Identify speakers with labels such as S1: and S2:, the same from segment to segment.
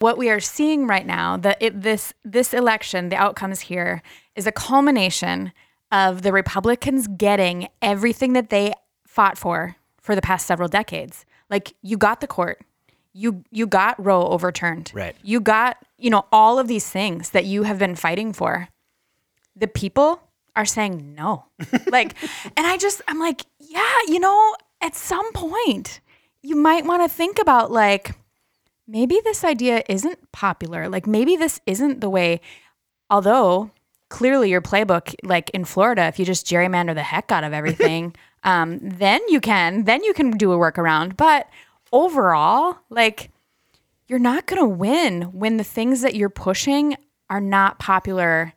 S1: what we are seeing right now, that it, this this election, the outcomes here, is a culmination of the Republicans getting everything that they fought for for the past several decades. Like you got the court, you you got Roe overturned,
S2: Right.
S1: You got you know all of these things that you have been fighting for. The people are saying no, like, and I just I'm like, yeah, you know, at some point you might want to think about like maybe this idea isn't popular. Like maybe this isn't the way. Although clearly your playbook, like in Florida, if you just gerrymander the heck out of everything, um, then you can then you can do a workaround. But overall, like you're not gonna win when the things that you're pushing are not popular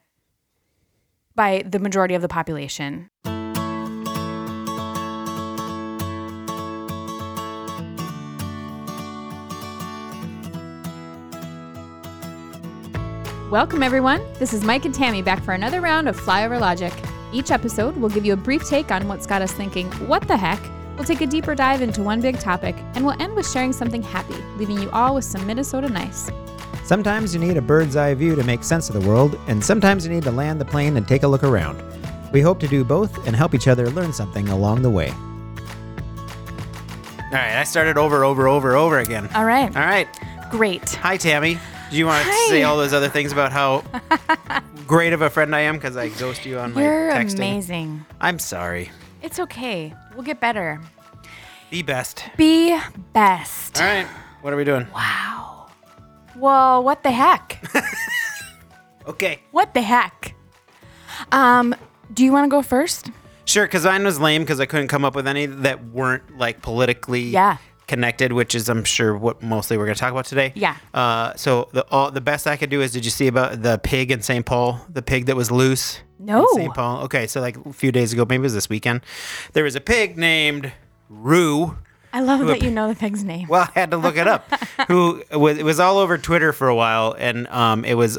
S1: by the majority of the population.
S3: Welcome, everyone. This is Mike and Tammy back for another round of Flyover Logic. Each episode, we'll give you a brief take on what's got us thinking, what the heck? We'll take a deeper dive into one big topic, and we'll end with sharing something happy, leaving you all with some Minnesota nice.
S2: Sometimes you need a bird's eye view to make sense of the world, and sometimes you need to land the plane and take a look around. We hope to do both and help each other learn something along the way. All right, I started over, over, over, over again.
S1: All right,
S2: All right.
S1: great.
S2: Hi, Tammy. Do you want to
S1: Hi.
S2: say all those other things about how great of a friend I am? Because I ghost you on my
S1: You're
S2: texting.
S1: amazing.
S2: I'm sorry.
S1: It's okay. We'll get better.
S2: Be best.
S1: Be best.
S2: All right. What are we doing?
S1: Wow. Well, what the heck?
S2: Okay.
S1: what the heck? Um, do you want to go first?
S2: Sure, because mine was lame because I couldn't come up with any that weren't like politically
S1: Yeah.
S2: connected, which is I'm sure what mostly we're going to talk about today.
S1: Yeah.
S2: Uh, so the all, the best I could do is did you see about the pig in St. Paul? The pig that was loose. in
S1: No.
S2: St. Paul. Okay, so like a few days ago, maybe it was this weekend, there was a pig named Rue.
S1: I love that you know the pig's name.
S2: Well, I had to look it up. Who was it was all over Twitter for a while, and um, it was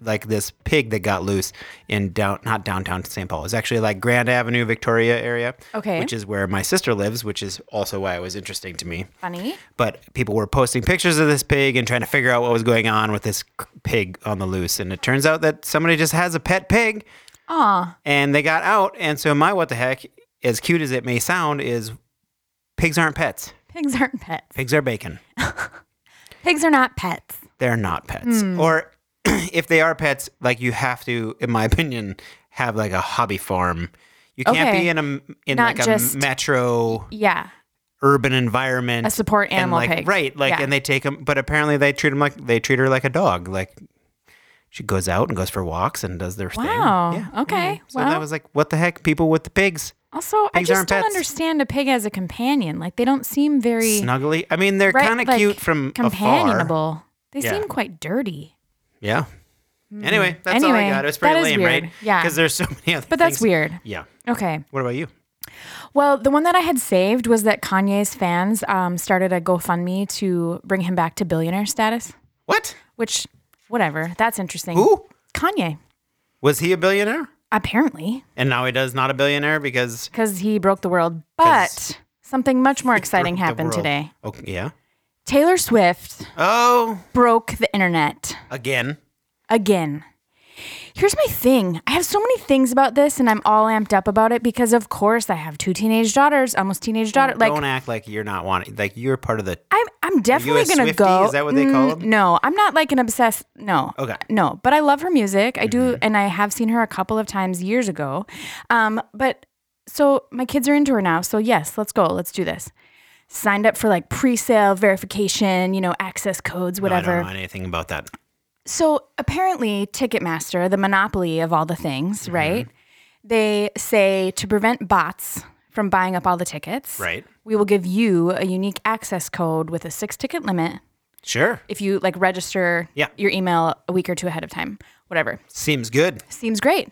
S2: like this pig that got loose in down not downtown St. Paul. It was actually like Grand Avenue, Victoria area.
S1: Okay.
S2: which is where my sister lives, which is also why it was interesting to me.
S1: Funny.
S2: But people were posting pictures of this pig and trying to figure out what was going on with this c- pig on the loose, and it turns out that somebody just has a pet pig
S1: Aw.
S2: and they got out. And so my what the heck, as cute as it may sound, is pigs aren't pets.
S1: Pigs aren't pets.
S2: Pigs are bacon.
S1: Pigs are not pets.
S2: they're not pets.
S1: Hmm.
S2: Or if they are pets, like you have to, in my opinion, have like a hobby farm. You can't
S1: Okay.
S2: be in a in
S1: Not
S2: like
S1: just-
S2: a metro
S1: Yeah.
S2: urban environment.
S1: A support
S2: and,
S1: animal
S2: like,
S1: pig.
S2: right? Like,
S1: Yeah.
S2: and they take them, but apparently they treat them like they treat her like a dog. Like she goes out and goes for walks and does their thing.
S1: Wow.
S2: Yeah.
S1: Oh, Okay.
S2: So
S1: well,
S2: that was like, what the heck, people with the pigs.
S1: also, I
S2: pigs
S1: just
S2: aren't
S1: don't
S2: pets.
S1: understand a pig as a companion. Like, they don't seem very
S2: Snuggly. I mean, they're
S1: right,
S2: kind of
S1: like,
S2: cute from afar.
S1: companionable. They
S2: Yeah.
S1: seem quite dirty.
S2: Yeah. Anyway, that's all I
S1: Hmm. Anyway,
S2: got. It was pretty
S1: that is
S2: lame,
S1: weird.
S2: right?
S1: Yeah.
S2: Because there's so many other
S1: But that's
S2: things.
S1: weird.
S2: Yeah.
S1: Okay.
S2: What about you?
S1: Well, the one that I had saved was that Kanye's fans um, started a GoFundMe to bring him back to billionaire status,
S2: What?
S1: which, whatever, that's interesting.
S2: Who?
S1: Kanye,
S2: Was he a billionaire?
S1: apparently,
S2: And now he does not a billionaire because
S1: because he broke the world.
S2: 'Cause
S1: But something much more exciting
S2: the
S1: happened
S2: world-
S1: today.
S2: Oh yeah.
S1: Taylor Swift
S2: Oh,
S1: broke the internet
S2: again.
S1: again. Here's my thing. I have so many things about this, and I'm all amped up about it because, of course, I have two teenage daughters, almost teenage daughter. Like,
S2: Don't act like you're not wanting. Like you're part of the.
S1: I'm I'm definitely
S2: a
S1: gonna
S2: Swiftie?
S1: go. Mm,
S2: Is that what they call 'em?
S1: No, I'm not like an obsessed. No.
S2: Okay. Mm-hmm.
S1: No, but I love her music. I do, and I have seen her a couple of times years ago. Um, but so my kids are into her now. So yes, let's go. Let's do this. Signed up for like pre-sale verification, you know, access codes,
S2: No, I
S1: whatever.
S2: don't know anything about that.
S1: So apparently, Ticketmaster, the monopoly of all the things,
S2: Mm-hmm.
S1: right? They say to prevent bots from buying up all the tickets,
S2: Right.
S1: We will give you a unique access code with a six ticket limit
S2: Sure.
S1: if you like register
S2: Yeah.
S1: your email a week or two ahead of time, whatever.
S2: Seems good.
S1: Seems great.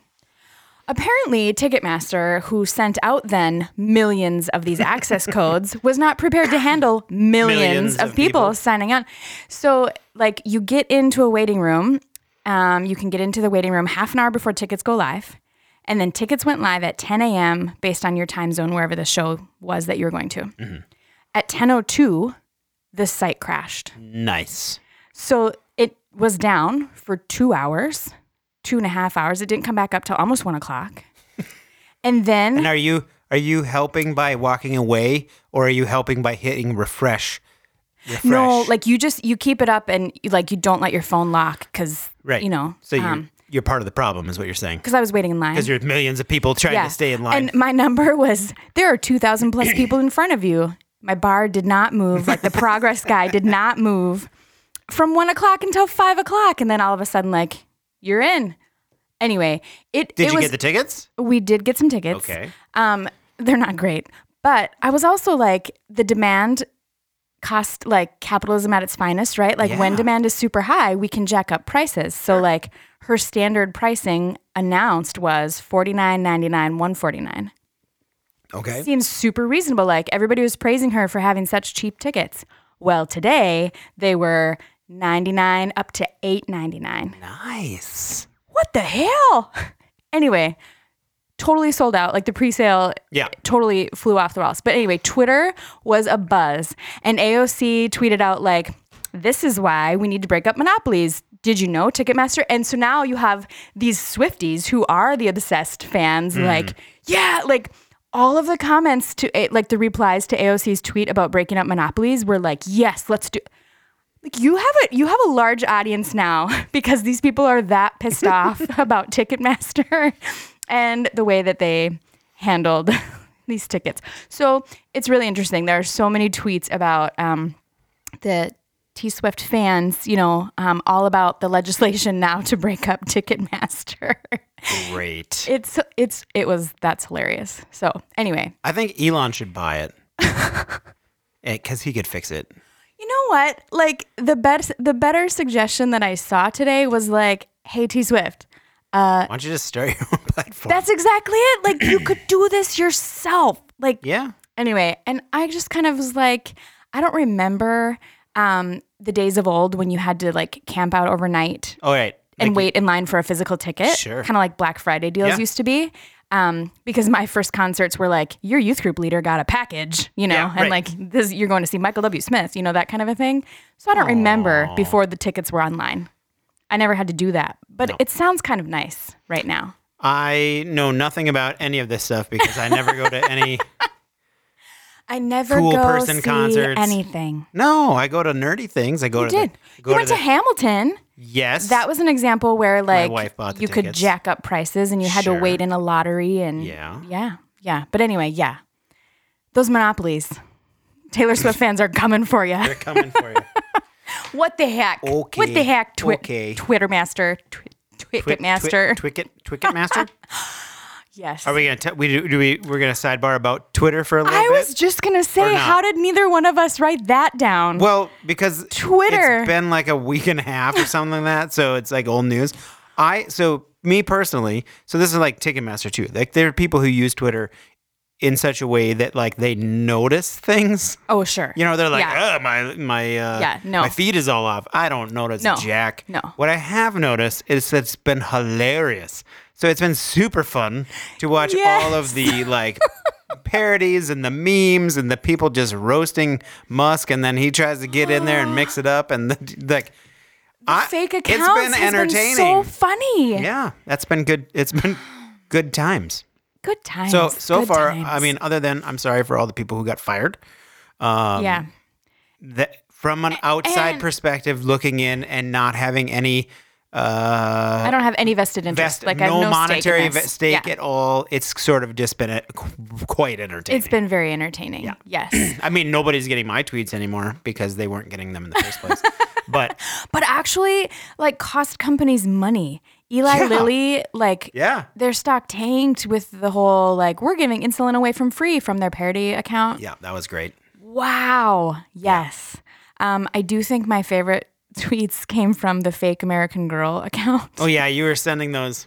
S1: Apparently, Ticketmaster, who sent out then millions of these access codes, was not prepared to handle millions,
S2: Millions
S1: of,
S2: of
S1: people,
S2: people.
S1: signing on. So, like, you get into a waiting room. Um, you can get into the waiting room half an hour before tickets go live. And then tickets went live at 10 a.m. based on your time zone, wherever the show was that you were going to. oh At 10.02, the site crashed.
S2: Nice.
S1: So It was down for two hours, two and a half hours. It didn't come back up till almost one o'clock. And then
S2: And are you are you helping by walking away or are you helping by hitting refresh? refresh?
S1: No, like you just you keep it up and you, like you don't let your phone lock because
S2: right.
S1: you know
S2: So you're,
S1: um
S2: you're part of the problem is what you're saying.
S1: because I was waiting in line
S2: Because you're millions of people trying to stay in line.
S1: and my number was there are two thousand plus people in front of you. My bar did not move like the progress guy did not move from one o'clock until five o'clock, and then all of a sudden like you're in. Anyway, it
S2: Did
S1: it
S2: you
S1: was
S2: get the tickets?
S1: we did get some tickets.
S2: Okay.
S1: Um, they're not great, but I was also like the demand cost like capitalism at its finest, right? Like when
S2: Yeah.
S1: demand is super high, we can jack up prices. So like her standard pricing announced was forty nine ninety nine one forty nine.
S2: Okay.
S1: Seems super reasonable. Like everybody was praising her for having such cheap tickets. Well, today they were ninety nine up to eight ninety nine
S2: Nice.
S1: what the hell? Anyway, totally sold out. Like the pre-sale
S2: Yeah.
S1: totally flew off the walls. But anyway, Twitter was a buzz. And AOC tweeted out like, this is why we need to break up monopolies. Did you know Ticketmaster? And so now you have these Swifties who are the obsessed fans, like, yeah, like all of the comments to eh, like the replies to AOC's tweet about breaking up monopolies were like, yes, let's do like you have a you have a large audience now because these people are that pissed off about Ticketmaster and the way that they handled these tickets. So it's really interesting. There are so many tweets about um, the T Swift fans, you know, um, all about the legislation now to break up Ticketmaster.
S2: Great.
S1: it's it's it was that's hilarious. So anyway,
S2: I think Elon should buy it. Because he could fix it.
S1: You know what? Like the best, the better suggestion that I saw today was like, "Hey T Swift, Uh,
S2: Why don't you just start your own platform?
S1: that's exactly it. Like you could do this yourself." Like
S2: yeah.
S1: Anyway, and I just kind of was like, I don't remember um, the days of old when you had to like camp out overnight
S2: All right.
S1: and
S2: Like,
S1: wait in line for a physical ticket.
S2: Sure.
S1: Kind of like Black Friday deals
S2: Yeah.
S1: used to be. Um, because my first concerts were like, your youth group leader got a package, you know,
S2: Yeah,
S1: and
S2: right.
S1: like this, you're going to see Michael W. Smith, you know, that kind of a thing. So I don't remember before the tickets were online. I never had to do that, but it sounds kind of nice right now.
S2: I know nothing about any of this stuff because I never go to any.
S1: I never
S2: Cool
S1: go
S2: person
S1: see
S2: concerts.
S1: anything.
S2: No, I go to nerdy things. I go
S1: You
S2: to
S1: did.
S2: The, go
S1: You went to,
S2: the-
S1: Hamilton.
S2: yes.
S1: That was an example where like
S2: wife bought the
S1: you could
S2: tickets.
S1: jack up prices and you had to
S2: Sure.
S1: wait in a lottery and
S2: Yeah.
S1: Yeah. Yeah. But anyway, yeah. Those monopolies. Taylor Swift fans are coming for you.
S2: They're coming for you.
S1: What the heck? What
S2: Okay.
S1: the heck, Twi-
S2: Okay.
S1: Twitter master, twi-
S2: Twi-
S1: Twicket
S2: twi-
S1: master?
S2: Twicket. Twicket master.
S1: yes.
S2: Are we gonna t- we do, do we we're gonna sidebar about Twitter for a little
S1: I
S2: bit?
S1: was just gonna say,
S2: not?
S1: how did neither one of us write that down?
S2: well because
S1: Twitter.
S2: It's been like a week and a half or something like that, so it's like old news. I so me personally, so this is like Ticketmaster too. Like there are people who use Twitter in such a way that like they notice things.
S1: oh sure.
S2: You know, they're like,
S1: Yeah.
S2: oh, my my uh,
S1: Yeah, no.
S2: my feed is all off. I don't notice
S1: No,
S2: jack.
S1: no.
S2: What I have noticed is that it's been hilarious. So it's been super fun to watch
S1: Yes.
S2: all of the like parodies and the memes and the people just roasting Musk, and then he tries to get in there and mix it up and the, like. I-
S1: fake accounts.
S2: It's been
S1: has
S2: entertaining.
S1: so funny.
S2: yeah, that's been good. It's been good times.
S1: Good times.
S2: So so
S1: Good
S2: far,
S1: times.
S2: I mean, other than I'm sorry for all the people who got fired. um,
S1: yeah.
S2: that from an outside
S1: and-
S2: perspective looking in and not having any uh
S1: I don't have any vested interest.
S2: vest,
S1: like I have
S2: no,
S1: no
S2: monetary
S1: stake, in
S2: ve-
S1: this.
S2: stake
S1: Yeah.
S2: at all it's sort of just been a, qu- quite entertaining
S1: It's been very entertaining. Yes.
S2: i mean nobody's getting my tweets anymore because they weren't getting them in the first place but
S1: but actually like cost companies money. Eli
S2: Yeah.
S1: Lilly, like
S2: Yeah.
S1: their stock tanked with the whole like we're giving insulin away from free from their parody account.
S2: yeah that was great
S1: Wow. Yes. Um, I do think my favorite tweets came from the fake American Girl account.
S2: oh yeah you were sending those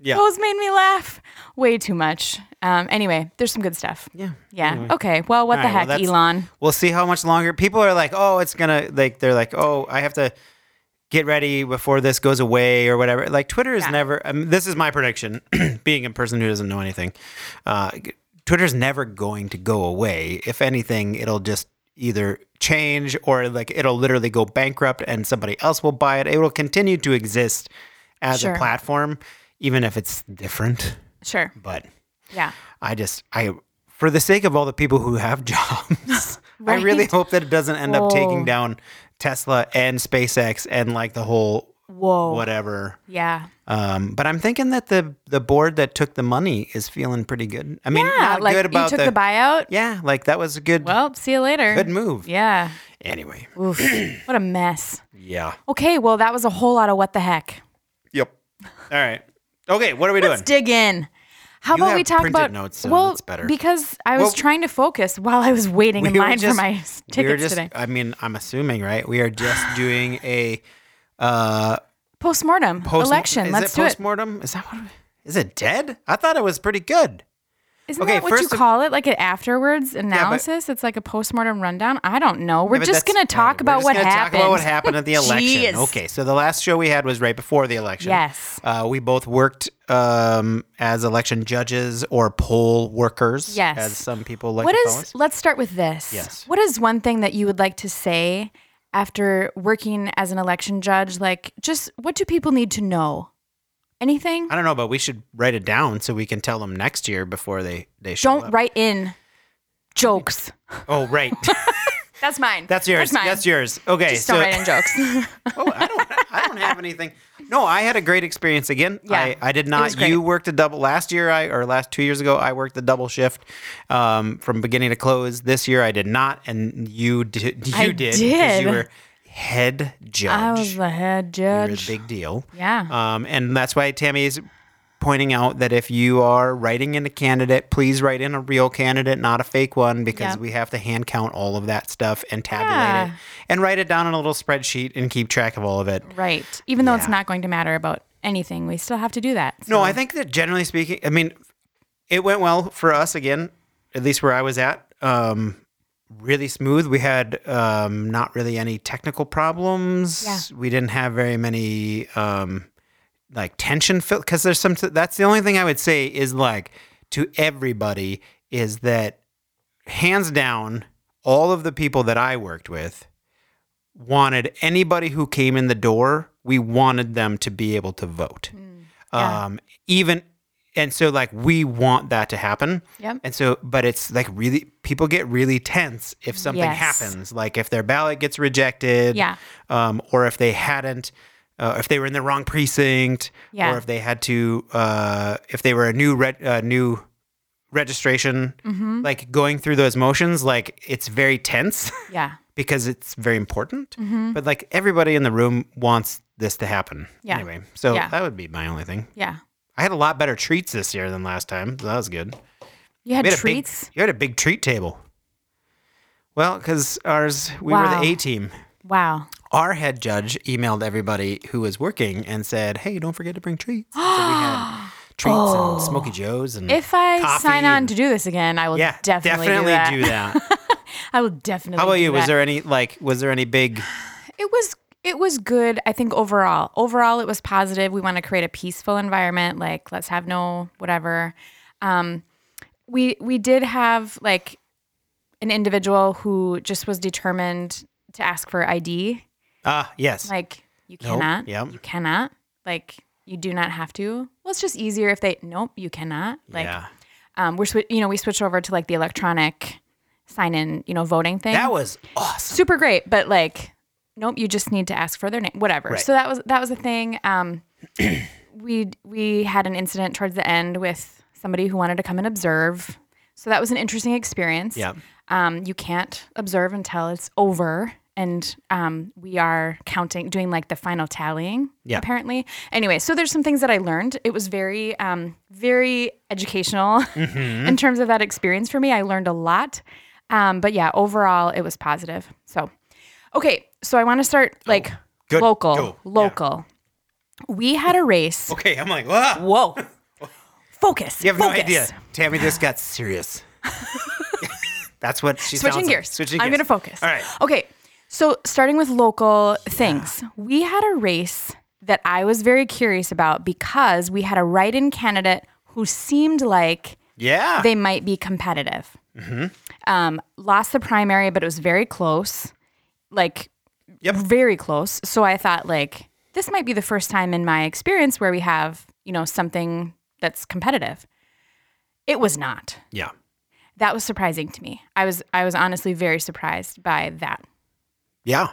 S2: yeah.
S1: Those made me laugh way too much. Um, anyway, there's some good stuff.
S2: yeah
S1: Yeah. Okay. Well, what
S2: All
S1: the heck,
S2: right, well, that's-
S1: Elon?
S2: we'll see how much longer people are like oh it's gonna like they're like oh i have to get ready before this goes away or whatever like twitter is
S1: Yeah.
S2: never I mean, this is my prediction being a person who doesn't know anything uh, g- twitter's never going to go away if anything it'll just either change or like it'll literally go bankrupt and somebody else will buy it. It will continue to exist as
S1: Sure.
S2: a platform, even if it's different.
S1: Sure.
S2: But
S1: Yeah.
S2: I just, I, for the sake of all the people who have jobs, I really
S1: Right. Oh.
S2: hope that it doesn't end up
S1: Whoa.
S2: taking down Tesla and SpaceX and like the whole
S1: Whoa.
S2: whatever.
S1: Yeah.
S2: Um, but I'm thinking that the the board that took the money is feeling pretty good. I mean,
S1: Yeah.
S2: not
S1: Like
S2: good
S1: you
S2: about
S1: took the, buyout.
S2: yeah, like that was a good
S1: Well, see you later.
S2: good move.
S1: Yeah.
S2: Anyway,
S1: Oof. what a mess.
S2: yeah.
S1: Okay. Well, that was a whole lot of what the heck.
S2: Yep. All right. Okay, what are we
S1: Let's
S2: doing?
S1: dig in. How
S2: You
S1: about
S2: have
S1: we talk
S2: printed
S1: about
S2: notes, so
S1: well,
S2: that's better.
S1: because I was
S2: Well-
S1: trying to focus while I was waiting in
S2: were
S1: line for
S2: just-
S1: my
S2: we were
S1: tickets
S2: just,
S1: today.
S2: I mean, I'm assuming, right? We are just doing a
S1: Postmortem
S2: post
S1: election.
S2: Is
S1: Let's
S2: it
S1: do it.
S2: postmortem? Is that what? Is it dead? I thought it was pretty good.
S1: Isn't
S2: Okay,
S1: that what you
S2: first of-
S1: call it? Like an afterwards analysis? it's like a postmortem rundown. I don't know. We're
S2: but
S1: just
S2: that's-
S1: gonna talk
S2: we're
S1: about
S2: just
S1: what
S2: gonna
S1: happened.
S2: Talk about what happened at the
S1: Jeez.
S2: election. okay, so the last show we had was right before the election.
S1: Yes.
S2: uh, we both worked um, as election judges or poll workers.
S1: Yes.
S2: as some people like
S1: What
S2: to
S1: is?
S2: call us.
S1: Let's start with this.
S2: Yes.
S1: What is one thing that you would like to say after working as an election judge? Like, just what do people need to know? Anything?
S2: I don't know, but we should write it down so we can tell them next year before they they show
S1: Don't
S2: up.
S1: write in jokes.
S2: Oh, right.
S1: That's mine.
S2: That's yours.
S1: That's mine.
S2: That's, yours. Okay.
S1: Just
S2: so
S1: don't write in jokes.
S2: oh, I don't. I don't have anything. No, I had a great experience again.
S1: Yeah,
S2: I, I did
S1: was
S2: not.
S1: great.
S2: You worked a double last year. I or last two years ago, I worked the double shift um, from beginning to close. This year, I did not, and you did. You
S1: I
S2: did. 'cause
S1: did.
S2: You were head judge.
S1: I was the head
S2: You're a
S1: judge.
S2: big deal.
S1: Yeah.
S2: Um, and that's why Tammy's pointing out that if you are writing in a candidate, please write in a real candidate, not a fake one, because
S1: Yep.
S2: we have to hand count all of that stuff and tabulate
S1: Yeah.
S2: it and write it down in a little spreadsheet and keep track of all of it.
S1: right. Even though it's
S2: Yeah.
S1: not going to matter about anything, we still have to do that.
S2: No,
S1: So-
S2: I think that generally speaking, I mean, it went well for us again, at least where I was at. Um, really smooth. We had um, not really any technical problems.
S1: Yeah.
S2: We didn't have very many um, like tension fill because there's some. That's the only thing I would say is like to everybody is that hands down, all of the people that I worked with wanted anybody who came in the door, we wanted them to be able to vote.
S1: Mm. yeah.
S2: Um, even and so like we want that to happen.
S1: Yep.
S2: And so but it's like really people get really tense if something
S1: Yes.
S2: happens, like if their ballot gets rejected
S1: Yeah.
S2: um, or if they hadn't uh, if they were in the wrong precinct
S1: Yeah.
S2: or if they had to uh, if they were a new re- uh, new registration
S1: Mm-hmm.
S2: like going through those motions like it's very tense
S1: Yeah.
S2: because it's very important.
S1: Mm-hmm.
S2: But like everybody in the room wants this to happen.
S1: Yeah.
S2: Anyway, so
S1: Yeah.
S2: that would be my only thing.
S1: Yeah.
S2: I had a lot better treats this year than last time. So that was good.
S1: You had
S2: We had A
S1: treats.
S2: big, you had a big treat table. Well, because ours, we were
S1: Wow.
S2: the A team.
S1: wow.
S2: Our head judge emailed everybody who was working and said, "Hey, don't forget to bring treats." So we had treats and Smoky Joes and
S1: Oh. If I
S2: coffee
S1: sign on
S2: and-
S1: to do this again, I will
S2: yeah,
S1: definitely, do that.
S2: do that.
S1: I will definitely.
S2: How about
S1: do
S2: you? Was
S1: that.
S2: there any like? Was there any big?
S1: It was it was good. I think overall, overall it was positive. We want to create a peaceful environment. Like let's have no whatever. Um, we we did have like an individual who just was determined to ask for ID.
S2: Ah, yes.
S1: Like you
S2: Nope.
S1: cannot.
S2: Yep.
S1: You cannot. Like you do not have to. Well, it's just easier if they. Nope. You cannot. Like
S2: yeah.
S1: um, we're swi- you know we switched over to like the electronic sign in you know voting thing
S2: That was awesome.
S1: super great, but like, nope, you just need to ask for their name, whatever.
S2: Right.
S1: So that was that was a thing. Um, we we had an incident towards the end with somebody who wanted to come and observe. So that was an interesting experience.
S2: Yeah.
S1: Um, you can't observe until it's over, and um, we are counting, doing like the final tallying.
S2: Yeah.
S1: Apparently, anyway. So there's some things that I learned. It was very, um, very educational
S2: Mm-hmm.
S1: in terms of that experience for me. I learned a lot. Um, but yeah, overall, it was positive. So, okay. So I want to start like
S2: good.
S1: local,
S2: Go. Yeah.
S1: local. We had a race.
S2: Okay, I'm like, ah.
S1: Whoa. Focus.
S2: You have
S1: focus.
S2: no idea. Tammy just got serious. That's what she
S1: Switching
S2: sounds like.
S1: gears.
S2: Switching
S1: I'm
S2: gears.
S1: going to focus.
S2: All right.
S1: Okay. So, starting with local things, we had a race that I was very curious about because we had a write in candidate who seemed like
S2: Yeah.
S1: they might be competitive. Um, lost the primary, but it was very close. Like,
S2: Yep.
S1: very close. So I thought, like, this might be the first time in my experience where we have, you know, something that's competitive. It was not.
S2: Yeah.
S1: That was surprising to me. I was I was honestly very surprised by that.
S2: Yeah.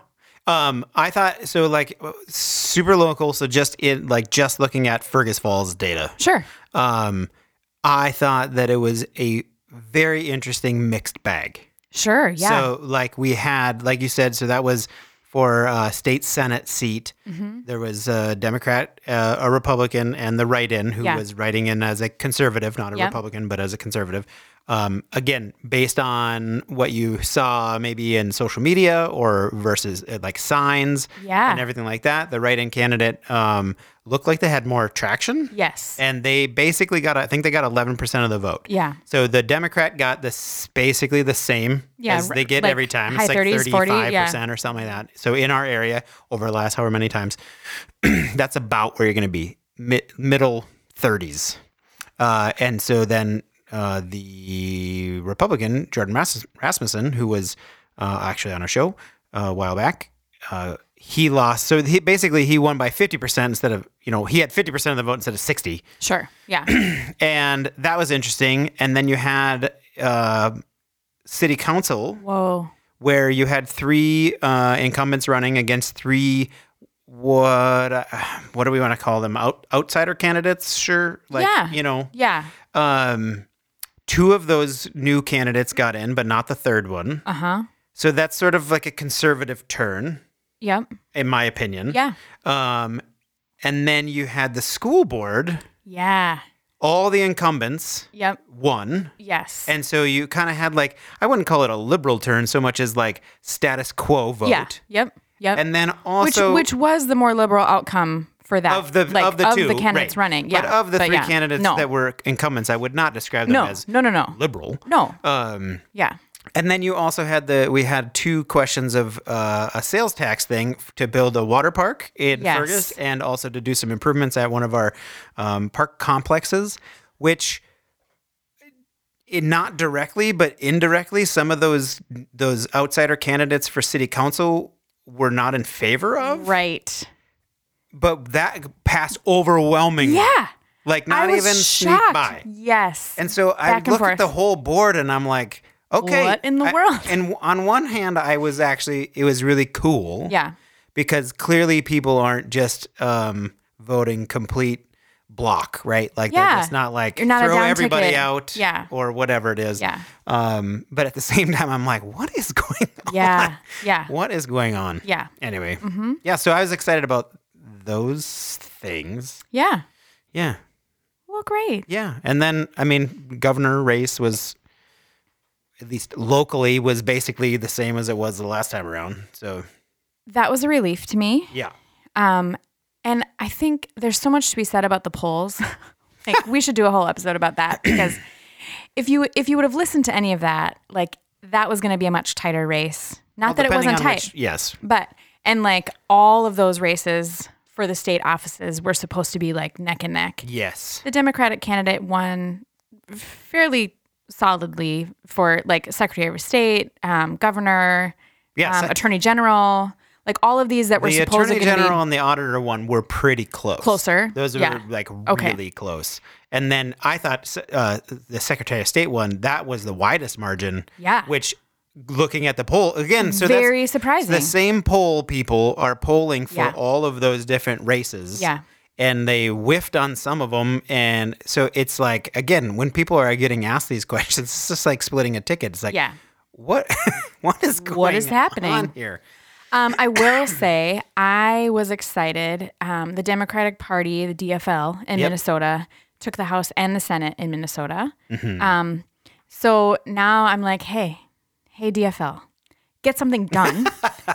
S2: Um, I thought so like super local, so just in like just looking at Fergus Falls data.
S1: Sure.
S2: Um, I thought that it was a very interesting mixed bag.
S1: Sure. Yeah.
S2: So like we had, like you said, so that was for uh, state senate seat.
S1: Mm-hmm.
S2: There was a Democrat, uh, a Republican, and the write-in who
S1: Yeah.
S2: was writing in as a conservative, not a
S1: Yep.
S2: Republican, but as a conservative. Um, again, based on what you saw maybe in social media or versus uh, like signs
S1: Yeah.
S2: and everything like that, the write-in candidate um, looked like they had more traction.
S1: yes.
S2: And they basically got, I think they got 11% of the vote.
S1: Yeah.
S2: So the Democrat got this basically the same
S1: Yeah,
S2: as they get
S1: like
S2: every time.
S1: high
S2: It's like
S1: 30s, 40,
S2: 35%
S1: yeah.
S2: or something like that. So in our area, over the last however many times, that's about where you're going to be mi- middle 30s. Uh, and so then uh, the Republican, Jordan Ras- Rasmussen, who was uh, actually on our show uh, a while back, uh, he lost. So he, basically, he won by 50% instead of, you know, he had 50% of the vote instead of 60
S1: sure. Yeah.
S2: and that was interesting. And then you had uh, city council,
S1: Whoa.
S2: where you had three uh, incumbents running against three what uh, what do we want to call them out outsider candidates? Sure, like
S1: Yeah.
S2: you know,
S1: Yeah.
S2: um, two of those new candidates got in, but not the third one.
S1: Uh huh.
S2: So that's sort of like a conservative turn,
S1: Yep.
S2: in my opinion.
S1: Yeah.
S2: Um, and then you had the school board.
S1: Yeah.
S2: All the incumbents
S1: Yep.
S2: won.
S1: Yes.
S2: And so you kind of had like I wouldn't call it a liberal turn so much as like status quo vote.
S1: yeah. Yep. Yep.
S2: And then also
S1: which which was the more liberal outcome for that
S2: of the
S1: like,
S2: of the two
S1: candidates
S2: right.
S1: running. Yeah.
S2: But of the
S1: But
S2: three
S1: yeah.
S2: candidates
S1: no.
S2: that were incumbents, I would not describe them
S1: no.
S2: as
S1: no. No. No.
S2: liberal.
S1: No.
S2: Um
S1: yeah.
S2: and then you also had the we had two questions of uh, a sales tax thing f- to build a water park in
S1: Yes.
S2: Fergus and also to do some improvements at one of our um, park complexes, which it, not directly but indirectly some of those those outsider candidates for city council were not in favor of,
S1: Right.
S2: but that passed overwhelmingly.
S1: Yeah.
S2: like not
S1: I was
S2: even sneak
S1: shocked.
S2: by.
S1: Yes.
S2: And so I
S1: Back and
S2: look at the
S1: forth.
S2: whole board and I'm like, okay.
S1: What in the
S2: I-
S1: world?
S2: And w- on one hand, I was actually, it was really cool.
S1: yeah.
S2: Because clearly people aren't just um, voting complete block, right? Like,
S1: Yeah.
S2: they're just not like
S1: You're not a
S2: throw
S1: down
S2: everybody
S1: ticket.
S2: out
S1: Yeah.
S2: or whatever it is.
S1: Yeah.
S2: Um, but at the same time, I'm like, what is going on?
S1: Yeah. Yeah.
S2: What is going on?
S1: Yeah. Mm-hmm.
S2: Anyway. Yeah. So I was excited about those things.
S1: Yeah.
S2: Yeah.
S1: Well, great.
S2: Yeah, and then I mean, governor race was at least locally was basically the same as it was the last time around. So
S1: That was a relief to me.
S2: yeah,
S1: Um, and I think there's so much to be said about the polls. like we should do a whole episode about that because if you if you would have listened to any of that, like that was going to be a much tighter race. Not that it
S2: Depending
S1: wasn't
S2: on
S1: tight,
S2: which- yes,
S1: but and like all of those races for the state offices were supposed to be like neck and neck.
S2: yes,
S1: The Democratic candidate won fairly solidly for like Secretary of State, um, governor,
S2: Yes,
S1: um,
S2: I-
S1: Attorney General, like all of these that were
S2: the
S1: supposed
S2: attorney
S1: to be
S2: general and the auditor one were pretty close.
S1: Closer,
S2: Those were
S1: yeah.
S2: like
S1: Okay.
S2: really close. And then I thought uh, the secretary of state one that was the widest margin.
S1: Yeah.
S2: which looking at the poll again, so that's-
S1: very surprising.
S2: The same poll people are polling for
S1: Yeah.
S2: all of those different races.
S1: Yeah.
S2: And they whiffed on some of them. And so it's like, again, when people are getting asked these questions, it's just like splitting a ticket. It's like,
S1: Yeah.
S2: what, what is going
S1: What is happening?
S2: on here?
S1: Um, I will say I was excited. Um, the Democratic Party, the DFL in
S2: Yep.
S1: Minnesota, took the House and the Senate in Minnesota.
S2: Mm-hmm.
S1: Um, so now I'm like, hey, hey DFL, get something done.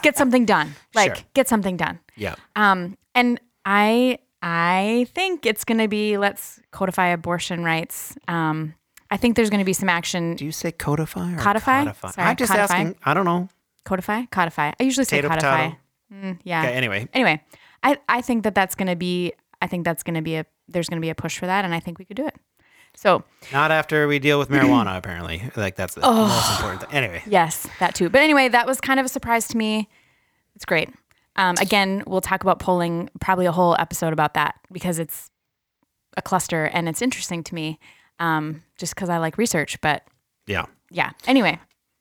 S1: get something done. Like
S2: Sure.
S1: get something done.
S2: Yeah.
S1: Um, and I I think it's going to be let's codify abortion rights. Um, I think there's going to be some action.
S2: Do you say codify or
S1: Codify? Sorry,
S2: I'm just
S1: codify.
S2: asking. I don't know.
S1: Codify, codify. I usually say
S2: Potato,
S1: codify.
S2: potato.
S1: Mm, yeah.
S2: Okay, anyway.
S1: anyway, I, I think that that's going to be, I think that's going to be a, there's going to be a push for that. And I think we could do it. So,
S2: Not after we deal with marijuana, apparently. Like that's the most important thing. Anyway,
S1: yes, that too. But anyway, that was kind of a surprise to me. It's great. Um, again, we'll talk about polling, probably a whole episode about that because it's a cluster and it's interesting to me um, just because I like research. But
S2: yeah.
S1: yeah, anyway.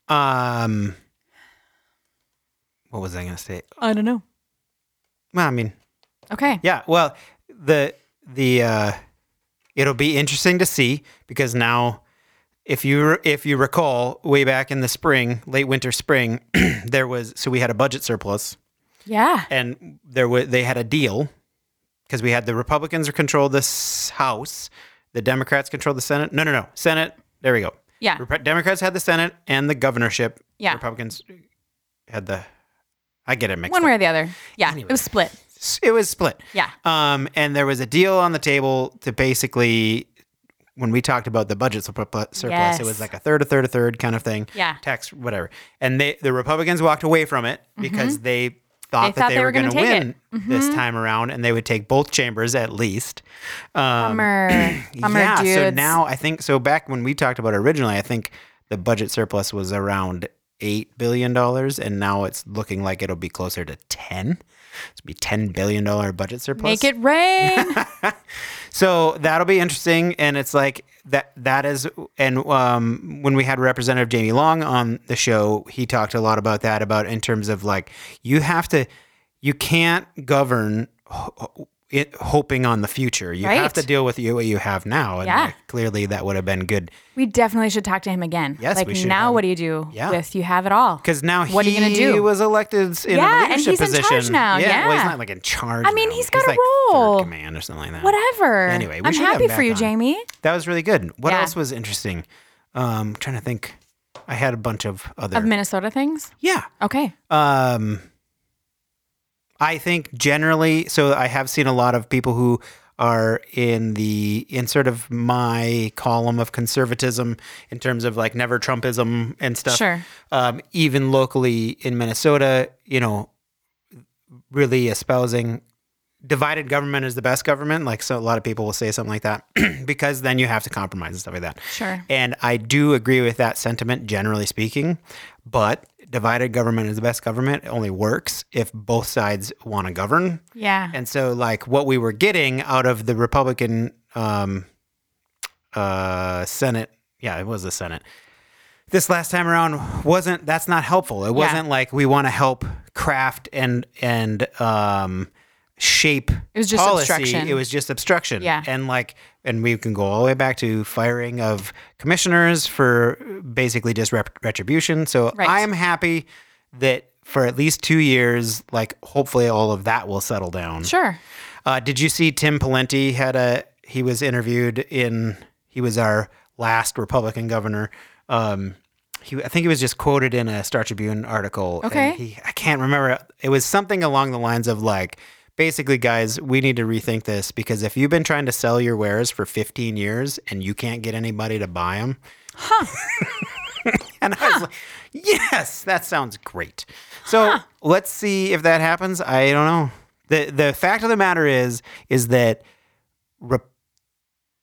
S2: Um, what was I gonna say?
S1: I don't know.
S2: Well, I mean,
S1: Okay.
S2: yeah. Well, the the uh, it'll be interesting to see because now, if you re- if you recall, way back in the spring, late winter, spring, there was so we had a budget surplus.
S1: Yeah.
S2: and there was they had a deal because we had the Republicans control this House, the Democrats control the Senate. No, no, no, Senate. There we go.
S1: Yeah.
S2: Rep- Democrats had the Senate and the governorship.
S1: Yeah.
S2: Republicans had the. I get it mixed.
S1: One
S2: up.
S1: way or the other. Yeah. It was split.
S2: It was split.
S1: Yeah.
S2: Um, and there was a deal on the table to basically, when we talked about the budget surplus, surplus, it
S1: Yes.
S2: was like a third, a third, a third kind of thing.
S1: Yeah.
S2: Tax, whatever. And they, the Republicans walked away from it because they thought
S1: Mm-hmm. They
S2: that
S1: thought
S2: they,
S1: they
S2: were,
S1: were gonna
S2: going to
S1: take Mm-hmm.
S2: win this time around and they would take both chambers at least. Um,
S1: Bummer. Bummer,
S2: yeah.
S1: dudes.
S2: So now I think, so back when we talked about it originally, I think the budget surplus was around $8 billion and now it's looking like it'll be closer to 10. It's be $10 billion budget surplus.
S1: Make it rain.
S2: So that'll be interesting, and it's like that. That is, and um, when we had Representative Jamie Long on the show, he talked a lot about that. About in terms of like you have to, you can't govern ho- it hoping on the future. You
S1: Right.
S2: have to deal with you what you have now. And
S1: Yeah.
S2: like, clearly that would have been good
S1: we definitely should talk to him again.
S2: Yes,
S1: Like
S2: we should
S1: now,
S2: have-
S1: what do you do
S2: Yeah.
S1: with you have it all?
S2: because now
S1: What are
S2: he
S1: you gonna do?
S2: was elected in
S1: Yeah,
S2: a
S1: and
S2: leadership
S1: he's in
S2: position
S1: charge now,
S2: well, he's
S1: yeah.
S2: not like in charge.
S1: I mean,
S2: now.
S1: he's got a
S2: like, third
S1: role.
S2: command or something like that.
S1: Whatever.
S2: Anyway, we
S1: I'm
S2: should have
S1: happy
S2: him
S1: for
S2: back
S1: you,
S2: on.
S1: Jamie.
S2: That was really good. What
S1: Yeah.
S2: else was interesting? Um, trying to think. I had a bunch of other.
S1: Of Minnesota things.
S2: yeah.
S1: Okay.
S2: Um, I think generally, so I have seen a lot of people who are in the in sort of my column of conservatism in terms of like never Trumpism and stuff.
S1: Sure.
S2: Um, even locally in Minnesota, you know, really espousing divided government is the best government. Like, so a lot of people will say something like that because then you have to compromise and stuff like that.
S1: Sure.
S2: And I do agree with that sentiment, generally speaking. But divided government is the best government. It only works if both sides want to govern.
S1: Yeah.
S2: And so, like, what we were getting out of the Republican um, uh, Senate, yeah, it was the Senate. This last time around wasn't. That's not helpful. It wasn't like we want to help craft and and um, shape.
S1: It was just
S2: policy.
S1: obstruction.
S2: It was just obstruction.
S1: Yeah.
S2: and like, and we can go all the way back to firing of commissioners for basically just rep- retribution. So
S1: Right.
S2: I am happy that for at least two years, like hopefully all of that will settle down.
S1: sure.
S2: Uh, did you see Tim Pawlenty had a? He was interviewed in. He was our last Republican governor. Um, he, I think he was just quoted in a Star Tribune article. and
S1: Okay.
S2: he, I can't remember. It was something along the lines of like, basically, guys, we need to rethink this because if you've been trying to sell your wares for 15 years and you can't get anybody to buy them, and I was like, yes, that sounds great. So let's see if that happens. I don't know. The the fact of the matter is is that Re-